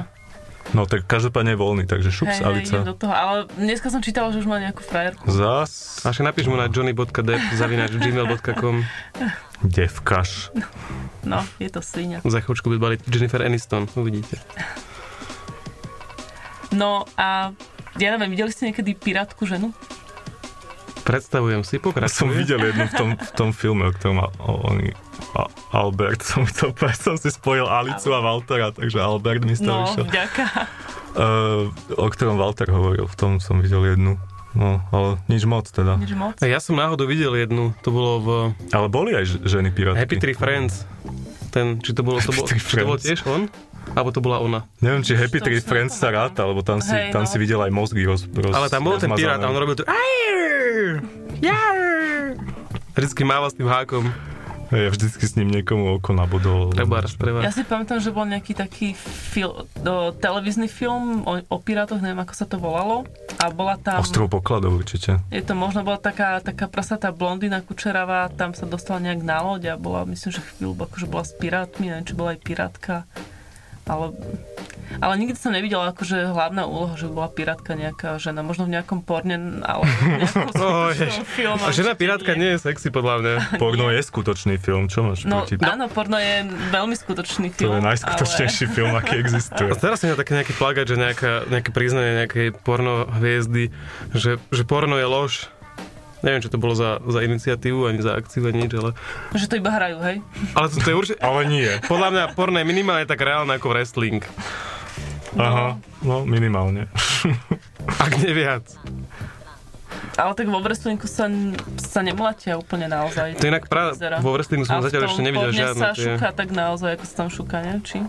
S5: No tak každopádne je voľný, takže šups, hey,
S8: Hej, hej,
S5: Alica.
S8: idem do toho. Ale dneska som čítala, že už má nejakú frajerku.
S5: Zas
S7: A však napíš mu na johnny.depp zavinač gmail.com
S5: devkaš.
S8: No, je to svinia.
S7: Za chvíľučku by bali Jennifer Aniston, uvidíte.
S8: No a ja neviem, videli ste niekedy pirátku ženu?
S7: Predstavujem si, pokračuj.
S5: Som videl jednu v tom, v tom filme, o ktorom a, o, oni, a, Albert, som, to, som si spojil Alicu a Waltera, takže Albert mi z toho
S8: No,
S5: vyšiel.
S8: vďaka.
S5: Uh, o ktorom Walter hovoril, v tom som videl jednu. No, ale nič moc teda.
S8: Nič moc.
S7: Ja som náhodou videl jednu, to bolo v
S5: Ale boli aj ž- ženy pirátky.
S7: Happy Tree Friends. Ten, či to bolo, to bolo,
S5: Happy Tree
S7: či to bolo
S5: Friends.
S7: tiež on? Alebo to bola ona.
S5: Neviem, či Happy
S8: To
S5: Tree
S8: už
S5: Friends sa
S8: nepamätám.
S5: ráta, lebo tam si,
S8: Hej,
S5: tam
S8: no.
S5: si videl aj mozgy roz, roz
S7: Ale tam bol ten pirát a on
S5: rozmazané.
S7: robil tu... Vždycky mával s tým hákom.
S5: Ja vždycky s ním niekomu oko nabudol.
S7: Trebárs,
S8: Ja
S7: trebárs.
S8: si pamätám, že bol nejaký taký fil, do, televízny film o, o pirátoch, neviem ako sa to volalo. A bola tam...
S5: Ostrov pokladov určite.
S8: Je to možno bola taká, taká prasatá blondina kučeravá, tam sa dostala nejak na loď a bola, myslím, že chvíľu akože bola s pirátmi, neviem, či bola aj pirátka. Ale, ale nikdy som nevidela akože hlavná úloha, že bola pirátka nejaká žena. Možno v nejakom porne, ale v nejakom
S7: Oh,
S8: skutočnom filme.
S7: A žena pirátka nie je sexy, podľa mňa.
S5: Porno je skutočný film, čo máš
S8: No,
S5: proti?
S8: áno, porno je veľmi skutočný
S5: to
S8: film.
S5: je najskutočnejší film, aký
S7: A
S5: existuje.
S7: teraz si na taký nejaký plagát, že nejaká, nejaké priznanie nejakej porno hviezdy, že, že porno je lož. Neviem, čo to bolo za, za iniciatívu, ani za akciu, ani nič, ale...
S8: Ale, že to iba hrajú, hej?
S7: Ale to, to je určite...
S5: Ale nie.
S7: Podľa mňa porno je minimálne tak reálne ako wrestling.
S5: Aha, no minimálne.
S7: Ak nie viac.
S8: Ale tak vo wrestlinku sa, sa nemlatia úplne naozaj.
S7: To inak pra...
S8: Vyzerá.
S7: vo wrestlingu som
S8: A v
S7: zatiaľ
S8: tom
S7: ešte nevidel
S8: podne
S7: žiadne.
S8: sa
S7: Tie...
S8: šuká tak naozaj, ako sa tam šuká, ne? Či?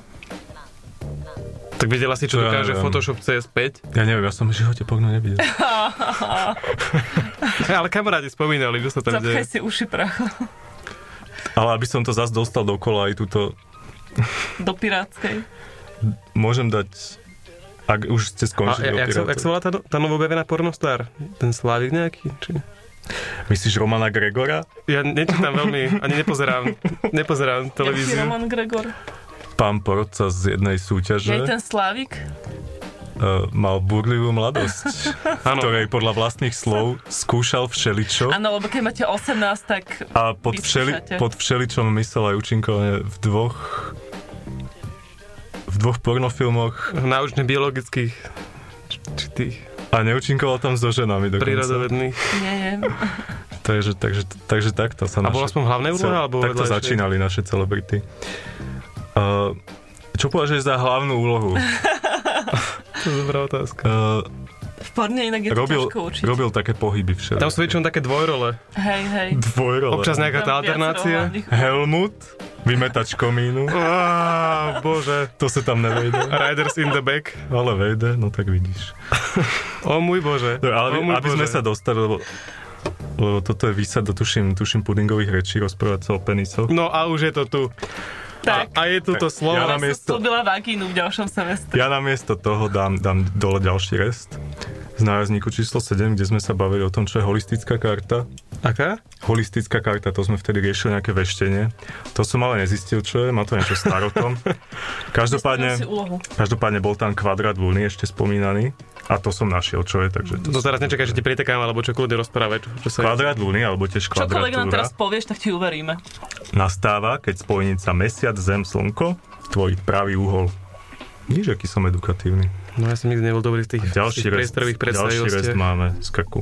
S7: Tak vedela si, čo
S5: To ja
S7: dokáže
S5: neviem.
S7: Photoshop CS5?
S5: Ja neviem, ja som v živote porno nevidel.
S7: Hej, ale kamaráti spomínali, čo sa tam
S8: Zapchaj
S7: deje.
S8: si uši prachu
S5: Ale aby som to zase dostal dokola aj túto,
S8: do pirátskej.
S5: môžem dať, ak už ste
S7: A,
S5: skončili
S7: ja,
S5: o
S7: jak, sa, jak sa
S5: pirátoch.
S7: volá tá, no- tá novoobjavená pornostar? Ten Slavik nejaký? Či...
S5: Myslíš Romana Gregora?
S7: Ja nečítam veľmi, ani nepozerám, nepozerám
S8: Televíziu.
S7: televíziu.
S8: Roman Gregor.
S5: Pán porodca z jednej
S8: Je
S5: súťaže
S8: ten Slavik.
S5: eh, mal burlivú mladosť, v
S7: Áno.
S5: ktorej podľa vlastných slov skúšal všeličo.
S8: Áno, lebo keď máte 18, tak...
S5: A pod,
S8: Vyskúšate.
S5: všeli, pod všeličom myslel aj účinkovne v dvoch v dvoch pornofilmoch
S7: Náučne biologických č- či tých
S5: a neúčinkoval tam so ženami dokonca.
S7: prírodovedných.
S8: Nie, nie.
S5: Takže, takže, takže takto sa
S7: A bola aspoň hlavnej úloha, alebo
S5: Takto
S7: vedľajšej?
S5: začínali naše celebrity. Uh, čo považuješ za hlavnú úlohu?
S7: To je dobrá otázka.
S5: Uh,
S8: V porne inak je to
S5: robil,
S8: ťažko učiť.
S5: robil také pohyby všeli.
S7: Tam sú väčšinou také dvojrole.
S8: Hej, hej.
S5: Dvojrole.
S7: Občas nejaká
S8: Tam
S7: tá
S8: viac
S7: alternácia.
S8: rovných.
S5: Helmut, vymetač komínu.
S7: Á, bože.
S5: To sa tam nevejde.
S7: Riders in the back.
S5: Ale vejde, no tak vidíš.
S7: O môj bože.
S5: Dobre, No, ale
S7: o môj
S5: aby sme sa dostali, lebo, lebo toto je výsad do tuším, tuším pudingových rečí rozprávať sa o penisoch.
S7: No a už je to tu.
S8: Tak.
S7: A je tu to slovo.
S5: Ja na
S8: Ja som
S5: miesto-
S8: slúbila vagínu v ďalšom semestri.
S5: Ja namiesto toho dám, dám dole ďalší rest z nárazníku číslo 7, kde sme sa bavili o tom, čo je holistická karta.
S7: Aká?
S5: Holistická karta, to sme vtedy riešili nejaké veštenie. To som ale nezistil, čo je, má to niečo starotom.
S8: Spravil si
S5: Každopádne,
S8: úlohu.
S5: každopádne bol tam kvadrat vlny ešte spomínaný a to som našiel, čo je, takže to
S7: No To teraz nečakaj, že ti pritekám, alebo čo kľudne rozprávať. Čo, čo sa
S5: Kvadrat Luny, alebo tiež
S8: Čokoľvek nám
S5: kvadratúra,
S8: teraz povieš, tak ti uveríme.
S5: nastáva, keď spojenica Mesiac, Zem, Slnko tvorí pravý uhol. Vidíš, aký som edukatívny.
S7: No ja som nikdy nebol dobrý v tých,
S5: Ďalší
S7: tých
S5: rest,
S7: priestorových
S5: ďalší rest
S7: predstavivostiach.
S5: máme z krku.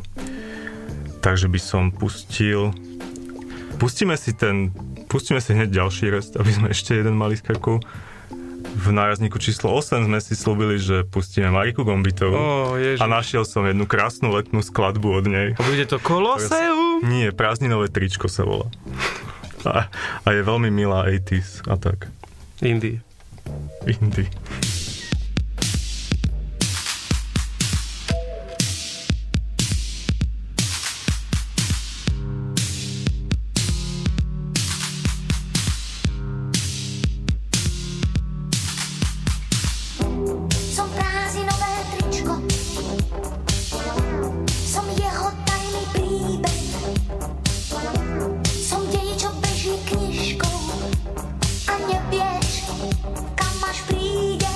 S5: Takže by som pustil... Pustíme si ten... Pustíme si hneď ďalší rest, aby sme ešte jeden mali z krku. V nárazníku číslo 8 sme si slúbili, že pustíme Mariku Gombitovú.
S7: Ó, ježiš.
S5: a našiel som jednu krásnu letnú skladbu od nej.
S7: Bude to Koloseum.
S5: Nie, prázdninové tričko sa volá. A, a je veľmi milá 80s a tak.
S7: Indie.
S5: Indie.
S9: Som prázdninové tričko. Som jeho tajný príbeh. Som dej, čo beží knižkou. A nevieš, kam až príde.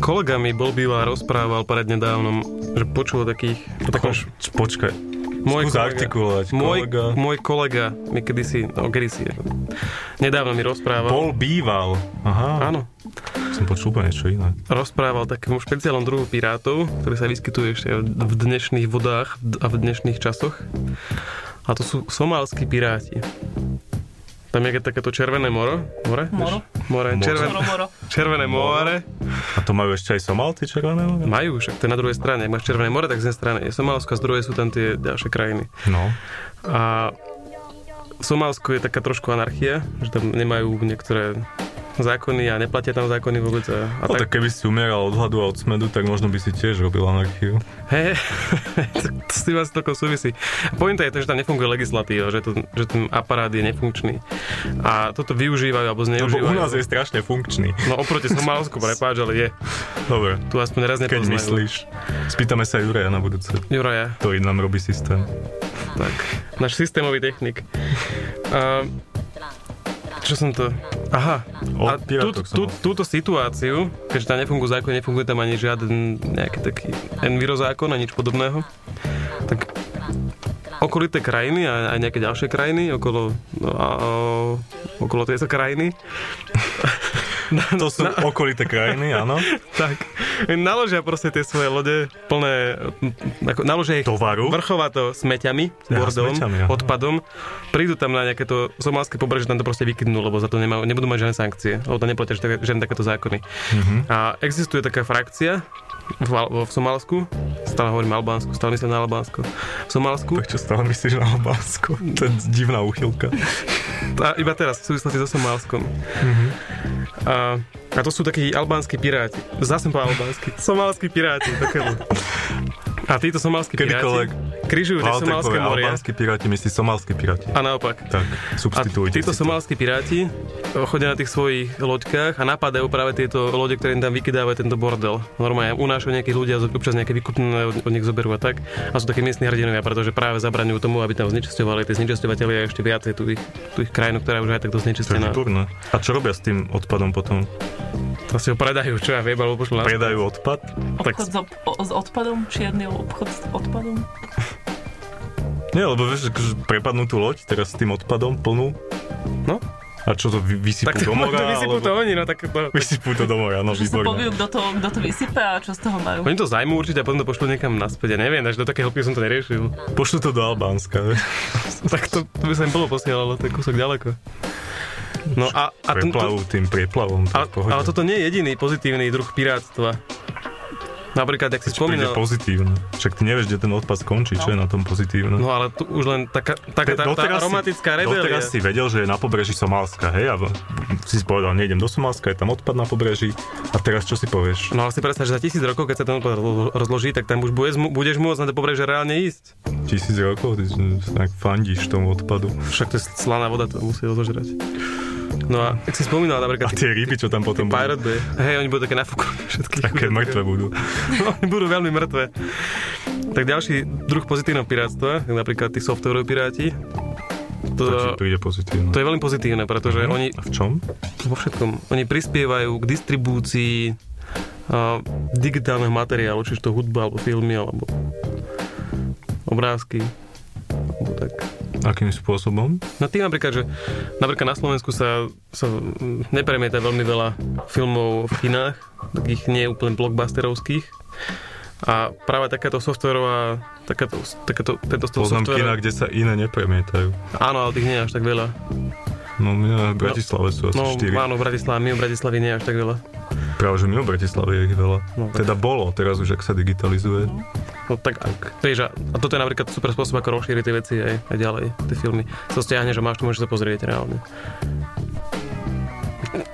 S7: kolega mi bol býva rozprával prednedávnom, že počul o takých... O takom,
S5: Poč, počkaj,
S7: môj
S5: skús artikulovať,
S7: môj,
S5: kolega.
S7: môj kolega mi kedysi, no kedysi, nedávno mi rozprával.
S5: bol býval. Aha,
S7: Áno.
S5: som počul úplne niečo iné.
S7: rozprával takému špeciálnom druhu pirátov, ktorý sa vyskytuje ešte v dnešných vodách a v dnešných časoch. A to sú somálski piráti. Tam je takéto červené moro. More?
S8: Moro.
S7: More.
S5: Moro.
S7: Červen,
S8: Moro, moro.
S7: červené more.
S5: A to majú ešte aj Somalty červené? more?
S7: Majú, však to je na druhej strane. Ak máš červené more, tak z jednej strany je Somálsko a z druhej sú tam tie ďalšie krajiny.
S5: No,
S7: A v Somálsku je taká trošku anarchia, že tam nemajú niektoré zákony a neplatia tam zákony vôbec. A, a
S5: no tak keby si umieral od hladu a od smedu, tak možno by si tiež robil anarchiu.
S7: Hej, to, to s tým asi toľko súvisí. Pointa je to, že tam nefunguje legislatíva, že, to, že ten aparát je nefunkčný. A toto využívajú alebo
S5: Lebo
S7: zneužívajú.
S5: u nás je strašne funkčný.
S7: No oproti Somálsku, prepáč, ale je.
S5: Dobre,
S7: Tu aspoň raz
S5: keď
S7: nepoznajú.
S5: myslíš. Spýtame sa Juraja na budúce,
S7: Juraja,
S5: ktorý nám robí systém.
S7: tak. Náš systémový technik. A, čo som to... Aha.
S5: O
S7: A tú,
S5: pirátoch som
S7: tú,
S5: mal.
S7: túto situáciu, keďže tam nefungujú zákon, nefunguje tam ani žiaden nejaký taký envirozákon a nič podobného, tak okolité krajiny a aj nejaké ďalšie krajiny okolo, no, a, a, okolo tejto krajiny
S5: To sú okolité krajiny, áno.
S7: tak naložia proste tie svoje lode plné mm, ako, naložia ich
S5: Tovaru.
S7: vrchovato smeťami,
S5: Ja,
S7: bordom,
S5: smeťami, aha.
S7: odpadom. Prídu tam na nejaké to somalské pobrežie, tam to proste vykydnú, lebo za to nemá, nebudú mať žiadne sankcie, lebo tam neplatia žiadne, žiadne takéto zákony.
S5: Mhm.
S7: A existuje taká frakcia v, Al- v Somálsku, stále hovorím Albánsku, stále myslím na Albánsko, v Somálsku,
S5: Tak čo stále myslíš na Albánsko? To je divná uchylka.
S7: a iba teraz, v súvislosti so Somálskom.
S5: Mhm.
S7: A, a to sú takí albánsky piráti. Zase po albánsky. Somálsky piráti, také ľud. A títo somálsky
S5: Kedykoľvek.
S7: piráti križujú tie
S5: Ale tak
S7: somálske
S5: povie,
S7: moria
S5: albánsky piráti, myslí somalskí piráti.
S7: a naopak.
S5: Tak,
S7: A
S5: substituujte
S7: títo
S5: si to.
S7: somálski piráti eh, chodia na tých svojich loďkách a napadajú práve tieto lode, ktoré im tam vykydávajú tento bordel. Normálne unášajú nejakých ľudí a zo- občas nejaké vykupné od, od nich zoberú a tak. A sú takí miestni hrdinovia, pretože práve zabraňujú tomu, aby tam znečisťovali. Tí znečisťovateľi ešte viacej tú ich, tú ich krajinu, ktorá už aj takto
S5: To je
S7: znečistená.
S5: výborné. A čo robia s tým odpadom potom?
S7: To si ho predajú, čo ja viem, alebo pošlú na
S5: Predajú odpad?
S8: Obchod s, ob- o- s odpadom, čierny obchod s odpadom.
S5: Nie, lebo vieš, akože prepadnú tú loď teraz s tým odpadom plnú.
S7: No.
S5: A čo to vy, vysypú
S7: Tak to,
S5: do mora?
S7: to vysypú to oni, no tak to...
S5: Vysypú to do mora, no
S8: Že sa
S5: výborne.
S8: povijú, kto to, kto to vysype a čo z toho majú.
S7: Oni to zajmú určite a potom to pošlú niekam naspäť. Ja neviem, až do také hĺbky som to neriešil.
S5: Pošlu to do Albánska. vieš.
S7: Tak to, to by sa im bolo posielalo, to je kúsok ďaleko. No a, a, ten, to,
S5: Preplavu tým prieplavom.
S7: a, ale toto nie je jediný pozitívny druh pirátstva. Napríklad, ak si
S5: je
S7: spomínal...
S5: pozitívne. Však ty nevieš, kde ten odpad skončí, čo je na tom pozitívne.
S7: No ale tu už len taká, taká tá, tá
S5: Doteraz si-
S7: aromatická rebelia.
S5: Doteraz si vedel, že je na pobreží Somálska, hej? A v- si si povedal, nejdem do Somálska, je tam odpad na pobreží. A teraz čo si povieš?
S7: No ale si predstav, že za tisíc rokov, keď sa ten odpad rozlo- rozloží, tak tam už budeš, mu- budeš môcť na to pobreže reálne ísť.
S5: Tisíc rokov, ty tak fandíš tomu odpadu.
S7: Však to je slaná voda, to musí ozožrať. No a ak si spomínal
S5: A
S7: napríklad
S5: tie ryby, čo tam potom budú,
S7: Pirate Bay. Hej, oni budú také nafúknuté všetky.
S5: také mŕtve budú.
S7: oni budú veľmi mŕtve. Tak ďalší druh pozitívneho pirátstva, tak napríklad tí softwarový piráti,
S5: To ti
S7: to,
S5: príde
S7: Eh,
S5: pozitívne. Mhm.
S7: to je Mhm. veľmi pozitívne, pretože oni
S5: A v čom?
S7: vo všetkom, oni prispievajú k distribúcii uh, digitálneho materiálu, čiže to hudba, alebo filmy, alebo obrázky. Alebo tak.
S5: Akým spôsobom?
S7: No tým napríklad, že napríklad na Slovensku sa, sa mm, nepremieta veľmi veľa filmov v kinách, takých nie úplne blockbusterovských. A práve takáto softverová, takáto, takáto, tento stôl
S5: Poznám
S7: software-
S5: kina, kde sa iné nepremietajú.
S7: Áno, ale tých nie je až tak veľa.
S5: No mňa v Bratislave sú asi
S7: No,
S5: 4.
S7: áno, v Bratislave, my v Bratislave nie je až tak veľa.
S5: Práve, že mimo Bratislavy je ich veľa.
S7: No, tak.
S5: teda bolo, teraz už ak sa digitalizuje.
S7: No tak, vieš, a, a toto je napríklad super spôsob, ako rozšíriť tie veci aj, aj ďalej, tie filmy. To stiahneš a máš to, môžeš sa pozrieť reálne.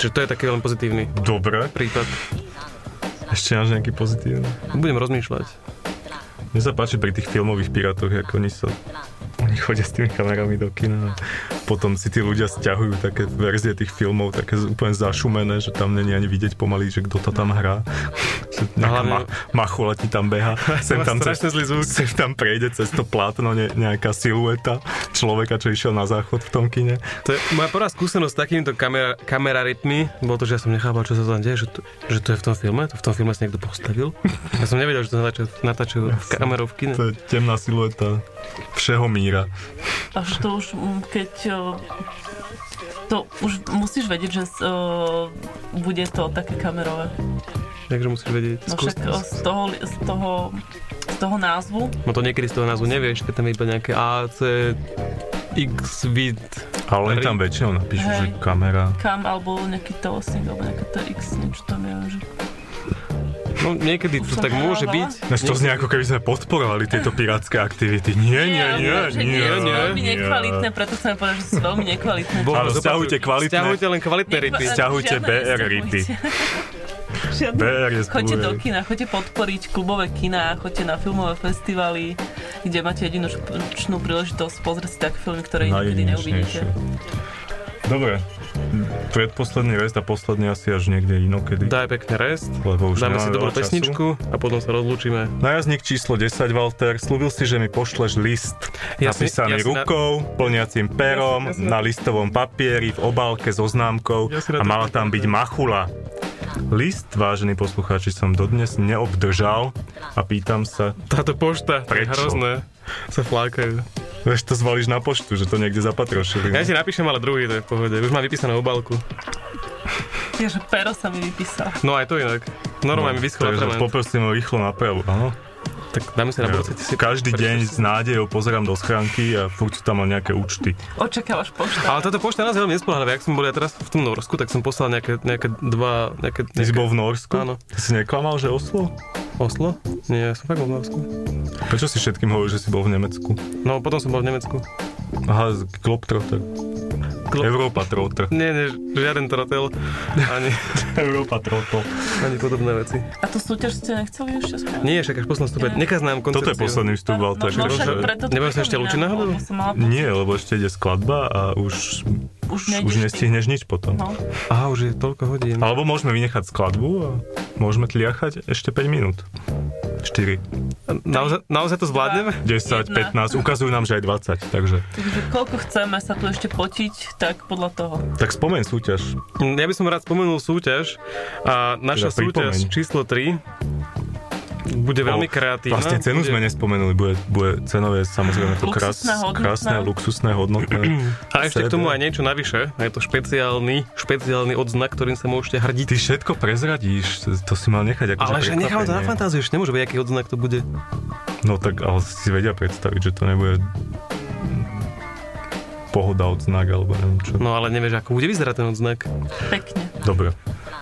S7: Čiže to je taký veľmi pozitívny
S5: Dobre,
S7: prípad.
S5: ešte máš nejaký pozitívny.
S7: Budem rozmýšľať.
S5: Mne sa páči pri tých filmových pirátoch, ako oni sa... Oni chodia s tými kamerami do kina a potom si tí ľudia stiahujú také verzie tých filmov, také z- úplne zašumené, že tam není ani vidieť pomaly, že kto to tam hrá. Nejaká
S7: hlavne-
S5: ma, machula ti tam beha.
S7: má
S5: Sem tam, cez,
S7: strašne zlý zvuk.
S5: sem tam prejde cez to plátno ne, nejaká silueta človeka, čo išiel na záchod v tom kine.
S7: To je moja prvá skúsenosť s takýmito kamera, kamerarytmi. Bolo to, že ja som nechápal, čo sa tam deje, že to, že to je v tom filme. To v tom filme sa niekto postavil. Ja som nevedel, že to natáčajú, natáčajú v kamerou v kine.
S5: To je temná silueta všeho míra.
S8: Až to už, mm, keď... o, To už musíš vedieť, že o, bude to také kamerové.
S7: Takže musíš vedieť.
S8: No
S7: skús-
S8: však o, z toho, li- z toho, z toho názvu
S7: No to niekedy z toho názvu nevieš, keď tam je iba nejaké A, C, X, vid.
S5: Ale oni tam väčšinou napíšu, že
S8: Hej.
S5: kamera.
S8: kam, alebo nejaký telesing, alebo nejaké TX, niečo tam je, že
S7: No niekedy to
S8: Som
S7: tak môže
S8: hrávala.
S7: byť.
S5: Než to znie ako keby sme podporovali tieto pirátske aktivity. Nie, nie,
S8: ale
S5: nie,
S8: že
S5: nie,
S8: sú
S5: nie.
S8: veľmi nekvalitné, preto chcem povedať, že sú veľmi nekvalitné.
S7: Bože,
S5: Áno,
S7: zopakuj,
S5: stiahujte kvalitné-
S7: Stiahujte len kvalitné
S8: Nekva-
S7: ryby.
S5: Sťahujte
S8: žiadne
S5: BR
S8: nestiahujte.
S5: ryby.
S8: Žiadne.
S5: BR je
S8: Choďte do
S5: zbúrený.
S8: kina, choďte podporiť klubové kina, choďte na filmové festivaly, kde máte jedinečnú príležitosť pozrieť si tak filmy, ktoré nikdy neuvidíte.
S5: Dobre. Predposledný rest a posledný asi až niekde inokedy.
S7: Daj pekne rest.
S5: lebo už
S7: Dáme
S5: nemáme
S7: si dobrú
S5: veľa času.
S7: pesničku a potom sa rozlúčime.
S5: Nájazdník číslo 10, Walter, slúbil si, že mi pošleš list
S7: Ja
S5: ja
S7: si-
S5: napísaný
S7: ja si na-
S5: rukou, plniacim perom,
S7: Ja si- ja si
S5: na listovom papieri, v obálke so známkou
S7: Ja si na
S5: a
S7: to
S5: mala tam byť machula. List, vážení poslucháči, som dodnes neobdržal a pýtam sa,
S7: Táto pošta, to je
S5: Prečo?
S7: hrozné. Sa flákajú.
S5: vieš, to zvalíš na poštu, že to niekde zapatrošili.
S7: Ja
S5: ne?
S7: si napíšem, ale druhý to je v pohode. Už mám vypísanú obálku.
S8: Tiež pero sa mi vypísal.
S7: No aj to inak.
S5: No,
S7: Normálne mi vyschol
S5: Takže
S7: atrament.
S5: poprosím o rýchlu nápravu, áno?
S7: Tak dáme si na budúce. ty si-
S5: Každý
S7: prečo
S5: deň
S7: si-
S5: s nádejou pozerám do schránky a furt sú tam len nejaké účty.
S8: Očakávaš pošta.
S7: Ale táto pošta je naozaj veľmi nespolahlivá. Ak som bol ja teraz v tom Norsku, tak som poslal nejaké, nejaké dva... Nejaké,
S5: Ty si
S7: nejaké...
S5: bol v Norsku?
S7: Áno.
S5: Ty si neklamal, že Oslo?
S7: Oslo? Nie, ja som fakt bol v Norsku.
S5: Prečo si všetkým hovoríš, že si bol v Nemecku?
S7: No, potom som bol v Nemecku.
S5: Aha, z- Globetrotter.
S7: Glo-
S5: Európa Trotter.
S7: Nie, nie, žiaden trotel. Ani,
S5: Európa Trotter.
S7: ani podobné veci.
S8: A tú súťaž ste nechceli ešte spraviť?
S7: Nie, však až posledný stupeň. Nekaz nám koncepciu.
S5: Toto je posledný vstup, Walter.
S8: no, však
S5: že-
S8: preto to
S7: Nebudem sa ešte
S8: pripomínam,
S7: lúčiť náhodou?
S8: lebo som mala pocit,
S5: Nie, lebo ešte ide skladba a už,
S8: Už
S5: už,
S8: nejdeš
S5: už
S8: ty.
S5: nestihneš nič potom.
S8: No.
S7: Aha, už je toľko hodín.
S5: Alebo môžeme vynechať skladbu a môžeme tliachať ešte 5 minút. 4, 10,
S7: Naozaj, naozaj to zvládneme?
S5: 15,
S8: Jedna.
S5: ukazujú nám, že aj 20, takže.
S8: Takže koľko chceme sa tu ešte potiť, tak podľa toho.
S5: Tak spomeň súťaž.
S7: Ja by som rád spomenul súťaž. A naša
S5: Teda pripomeň.
S7: súťaž číslo 3 bude veľmi
S5: O,
S7: kreatívna.
S5: Vlastne cenu
S7: bude...
S5: sme nespomenuli, bude, bude cenové samozrejme to kras,
S8: Luxusné, hodnotné.
S5: krásne, luxusné, hodnotné.
S7: A ešte k tomu aj
S5: CD.
S7: niečo navyše. Je to špeciálny, špeciálny odznak, ktorým sa môžete hrdiť.
S5: Ty všetko prezradíš, to si mal nechať ako
S7: Ale že nechám to na fantáziu, ešte nemôže vedieť, aký odznak to bude.
S5: No tak, ale si vedia predstaviť, že to nebude pohoda od znak, alebo neviem čo.
S7: No ale nevieš, ako bude vyzerať ten odznak.
S8: Pekne.
S5: Dobre.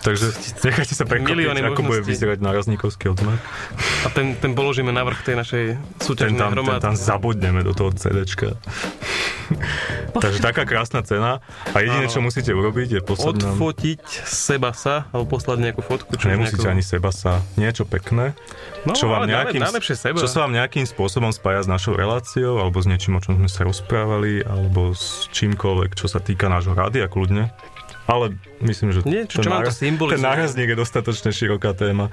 S5: Takže nechajte sa
S7: Milióny
S5: prekvapiť, ako bude
S7: možností.
S5: vyzerať nárazníkovský odznak.
S7: A ten, ten položíme na vrch tej našej
S5: Ten
S7: súťažnej
S5: tam, ten tam
S7: hromádky.
S5: zabodneme do toho CDčka. Takže taká krásna cena a jediné,
S7: Áno.
S5: čo musíte urobiť, je poslať nám...
S7: Odfotiť seba sa, alebo poslať nejakú fotku. Čo
S5: Nemusíte
S7: nejakú...
S5: ani seba sa. Niečo pekné,
S7: No,
S5: čo, vám
S7: ale
S5: nejakým,
S7: najlep- Najlepšie seba.
S5: čo sa vám nejakým spôsobom spája s našou reláciou, alebo s niečím, o čom sme sa rozprávali, alebo s čímkoľvek, čo sa týka nášho rádia, kľudne. Ale myslím, že
S7: Niečo, čo vám to
S5: náraz-
S7: symbolizuje.
S5: ten nárazník je dostatočne široká téma.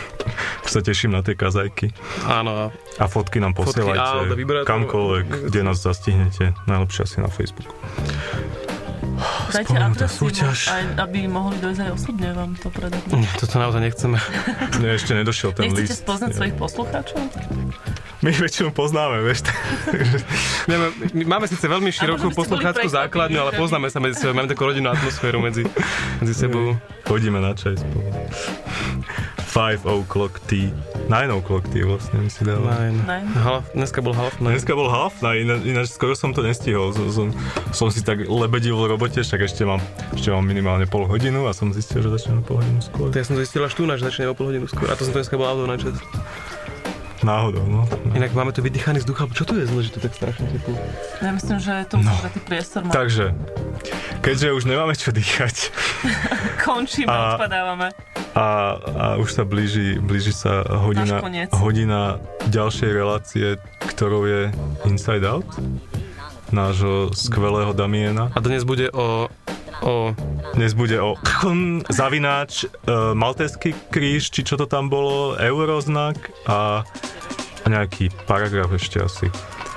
S5: Už sa teším na tie kazajky.
S7: Áno,
S5: A fotky nám
S7: Fotky, áno,
S5: posielajte
S7: do vibrátorov.
S5: kamkoľvek, kde nás zastihnete. Najlepšie asi na Facebooku.
S8: Dajte
S5: Spomenutá
S8: adresu, no,
S5: súťaž.
S8: aj, aby mohli dojsť aj osobne vám to predať.
S7: Nie, Hm, toto naozaj nechceme.
S5: Ne, ešte nedošiel ten
S8: Nechcete
S5: list.
S8: spoznať
S5: Ja.
S8: svojich poslucháčov?
S5: My ich väčšinu poznáme, vieš.
S7: My máme, my máme síce veľmi širokú
S8: by ste boli
S7: poslucháčku
S8: prekvapení,
S7: základňu, ale
S8: že-
S7: poznáme sa medzi sebou, máme takú rodinnú atmosféru medzi, medzi sebou.
S5: Chodíme na čaj spolu. 5 o'clock tea. 9 o'clock tea vlastne my si
S7: Nein.
S5: dávame.
S8: Nein.
S7: Half, dneska bol half night.
S5: Dneska bol half na iná, ináč skoro som to nestihol. Som, som, som si tak lebedil v robote, však ešte mám, ešte mám minimálne pol hodinu a som zistil, že začnem o pol hodinu skôr.
S7: To ja som zistil až tu, že začne o pol hodinu skôr. A to som to dneska bol auto na čas.
S5: Náhodou, no.
S7: Inak máme tu vydychaný vzduch, alebo čo tu je zle, že to je tak strašne teplo?
S8: Ja myslím, že to už no. priestor má.
S5: Takže, keďže už nemáme čo dýchať
S8: Končíme,
S5: A-
S8: odpadávame.
S5: a, a už sa blíži, blíži sa hodina,
S8: Náš koniec.
S5: hodina ďalšej relácie, ktorou je Inside Out nášho skvelého Damiena.
S7: A dnes bude o o...
S5: Dnes bude o zavináč, uh, malteský kríž, či čo to tam bolo, euroznak a, a nejaký paragraf ešte asi.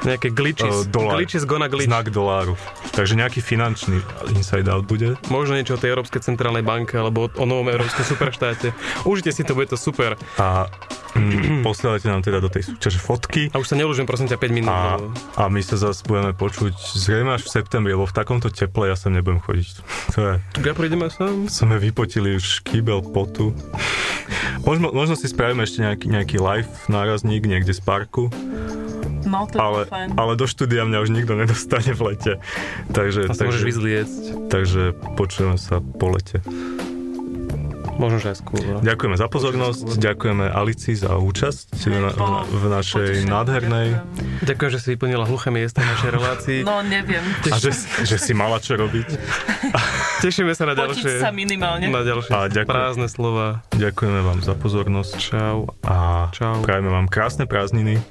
S7: Nejaké glitches.
S5: Eh, dolár.
S7: Glitches gonna glitch.
S5: Znak doláru. Takže nejaký finančný inside out bude.
S7: Možno niečo o tej Európskej centrálnej banke alebo o novom Európskom superštáte. Užite si to, bude to super.
S5: A mm, posielajte nám teda do tej súťaže fotky.
S7: A už sa nelúžim, prosím ťa, 5 minút.
S5: A,
S7: lebo-
S5: a my sa zase budeme počuť zrejme až v septembri, lebo v takomto teple ja sem nebudem chodiť. To je,
S7: Ja prídeme sem.
S5: sme vypotili už kýbel potu. Možno, možno si spravíme ešte nejaký, nejaký live nárazník niekde z parku,
S8: No, to je
S5: ale,
S8: fajn.
S5: ale do štúdia mňa už nikto nedostane v lete. Takže,
S7: A sa môžeš
S5: takže,
S7: vyzliecť.
S5: takže počujeme sa po lete.
S7: Možno, že aj skôr. no.
S5: Ďakujeme za pozornosť, ďakujeme Alici za účasť v, na, v, na, v našej
S8: Potešenie,
S5: nádhernej...
S8: ďakujem.
S7: Ďakujem, že si vyplnila hluché miesto v našej relácii.
S8: No, neviem.
S5: A že, že si mala čo robiť.
S7: Tešíme sa na
S8: Potiť
S7: ďalšie.
S8: sa minimálne.
S7: Na ďalšie
S5: A ďakujem.
S7: prázdne slova.
S5: Ďakujeme vám za pozornosť.
S7: Čau.
S5: a
S7: Čau.
S5: prajeme vám krásne prázdniny,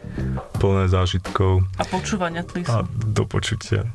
S5: plné zážitkov
S8: A počúvania tlisu.
S5: a do počutia.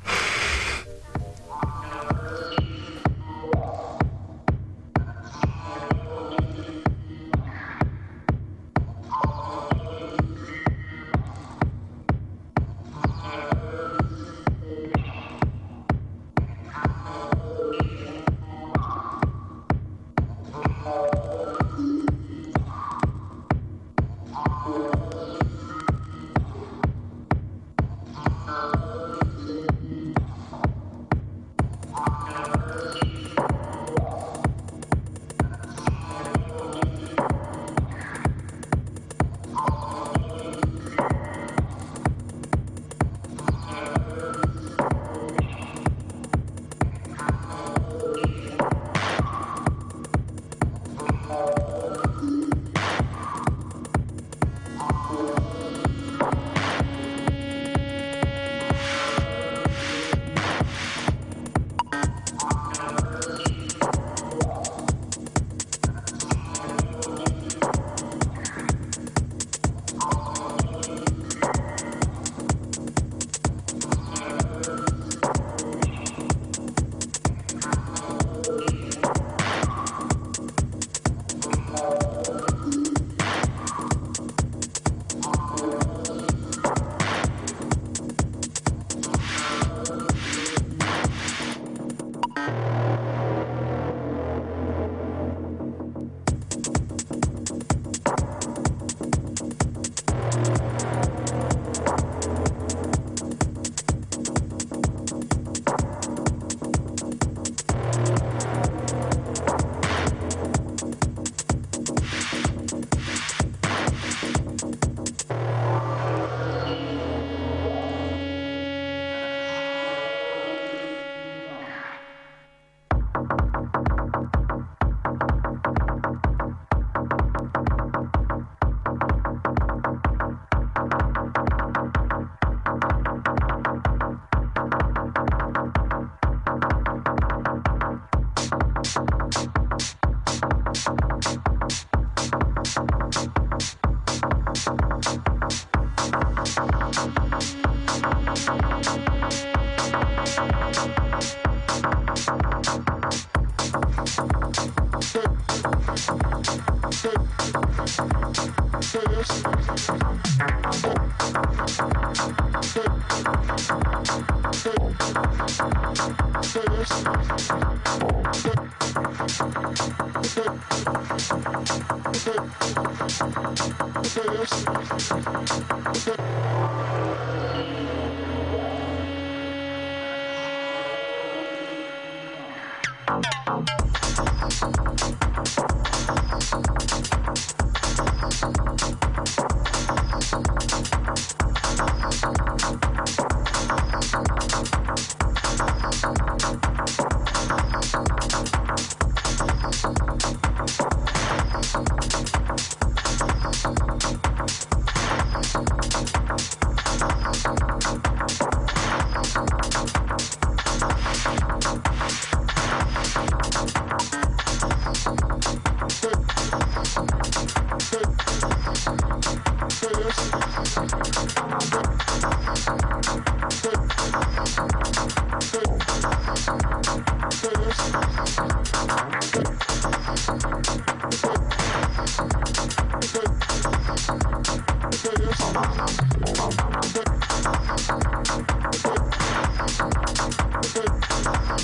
S10: Thank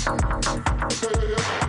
S2: say it.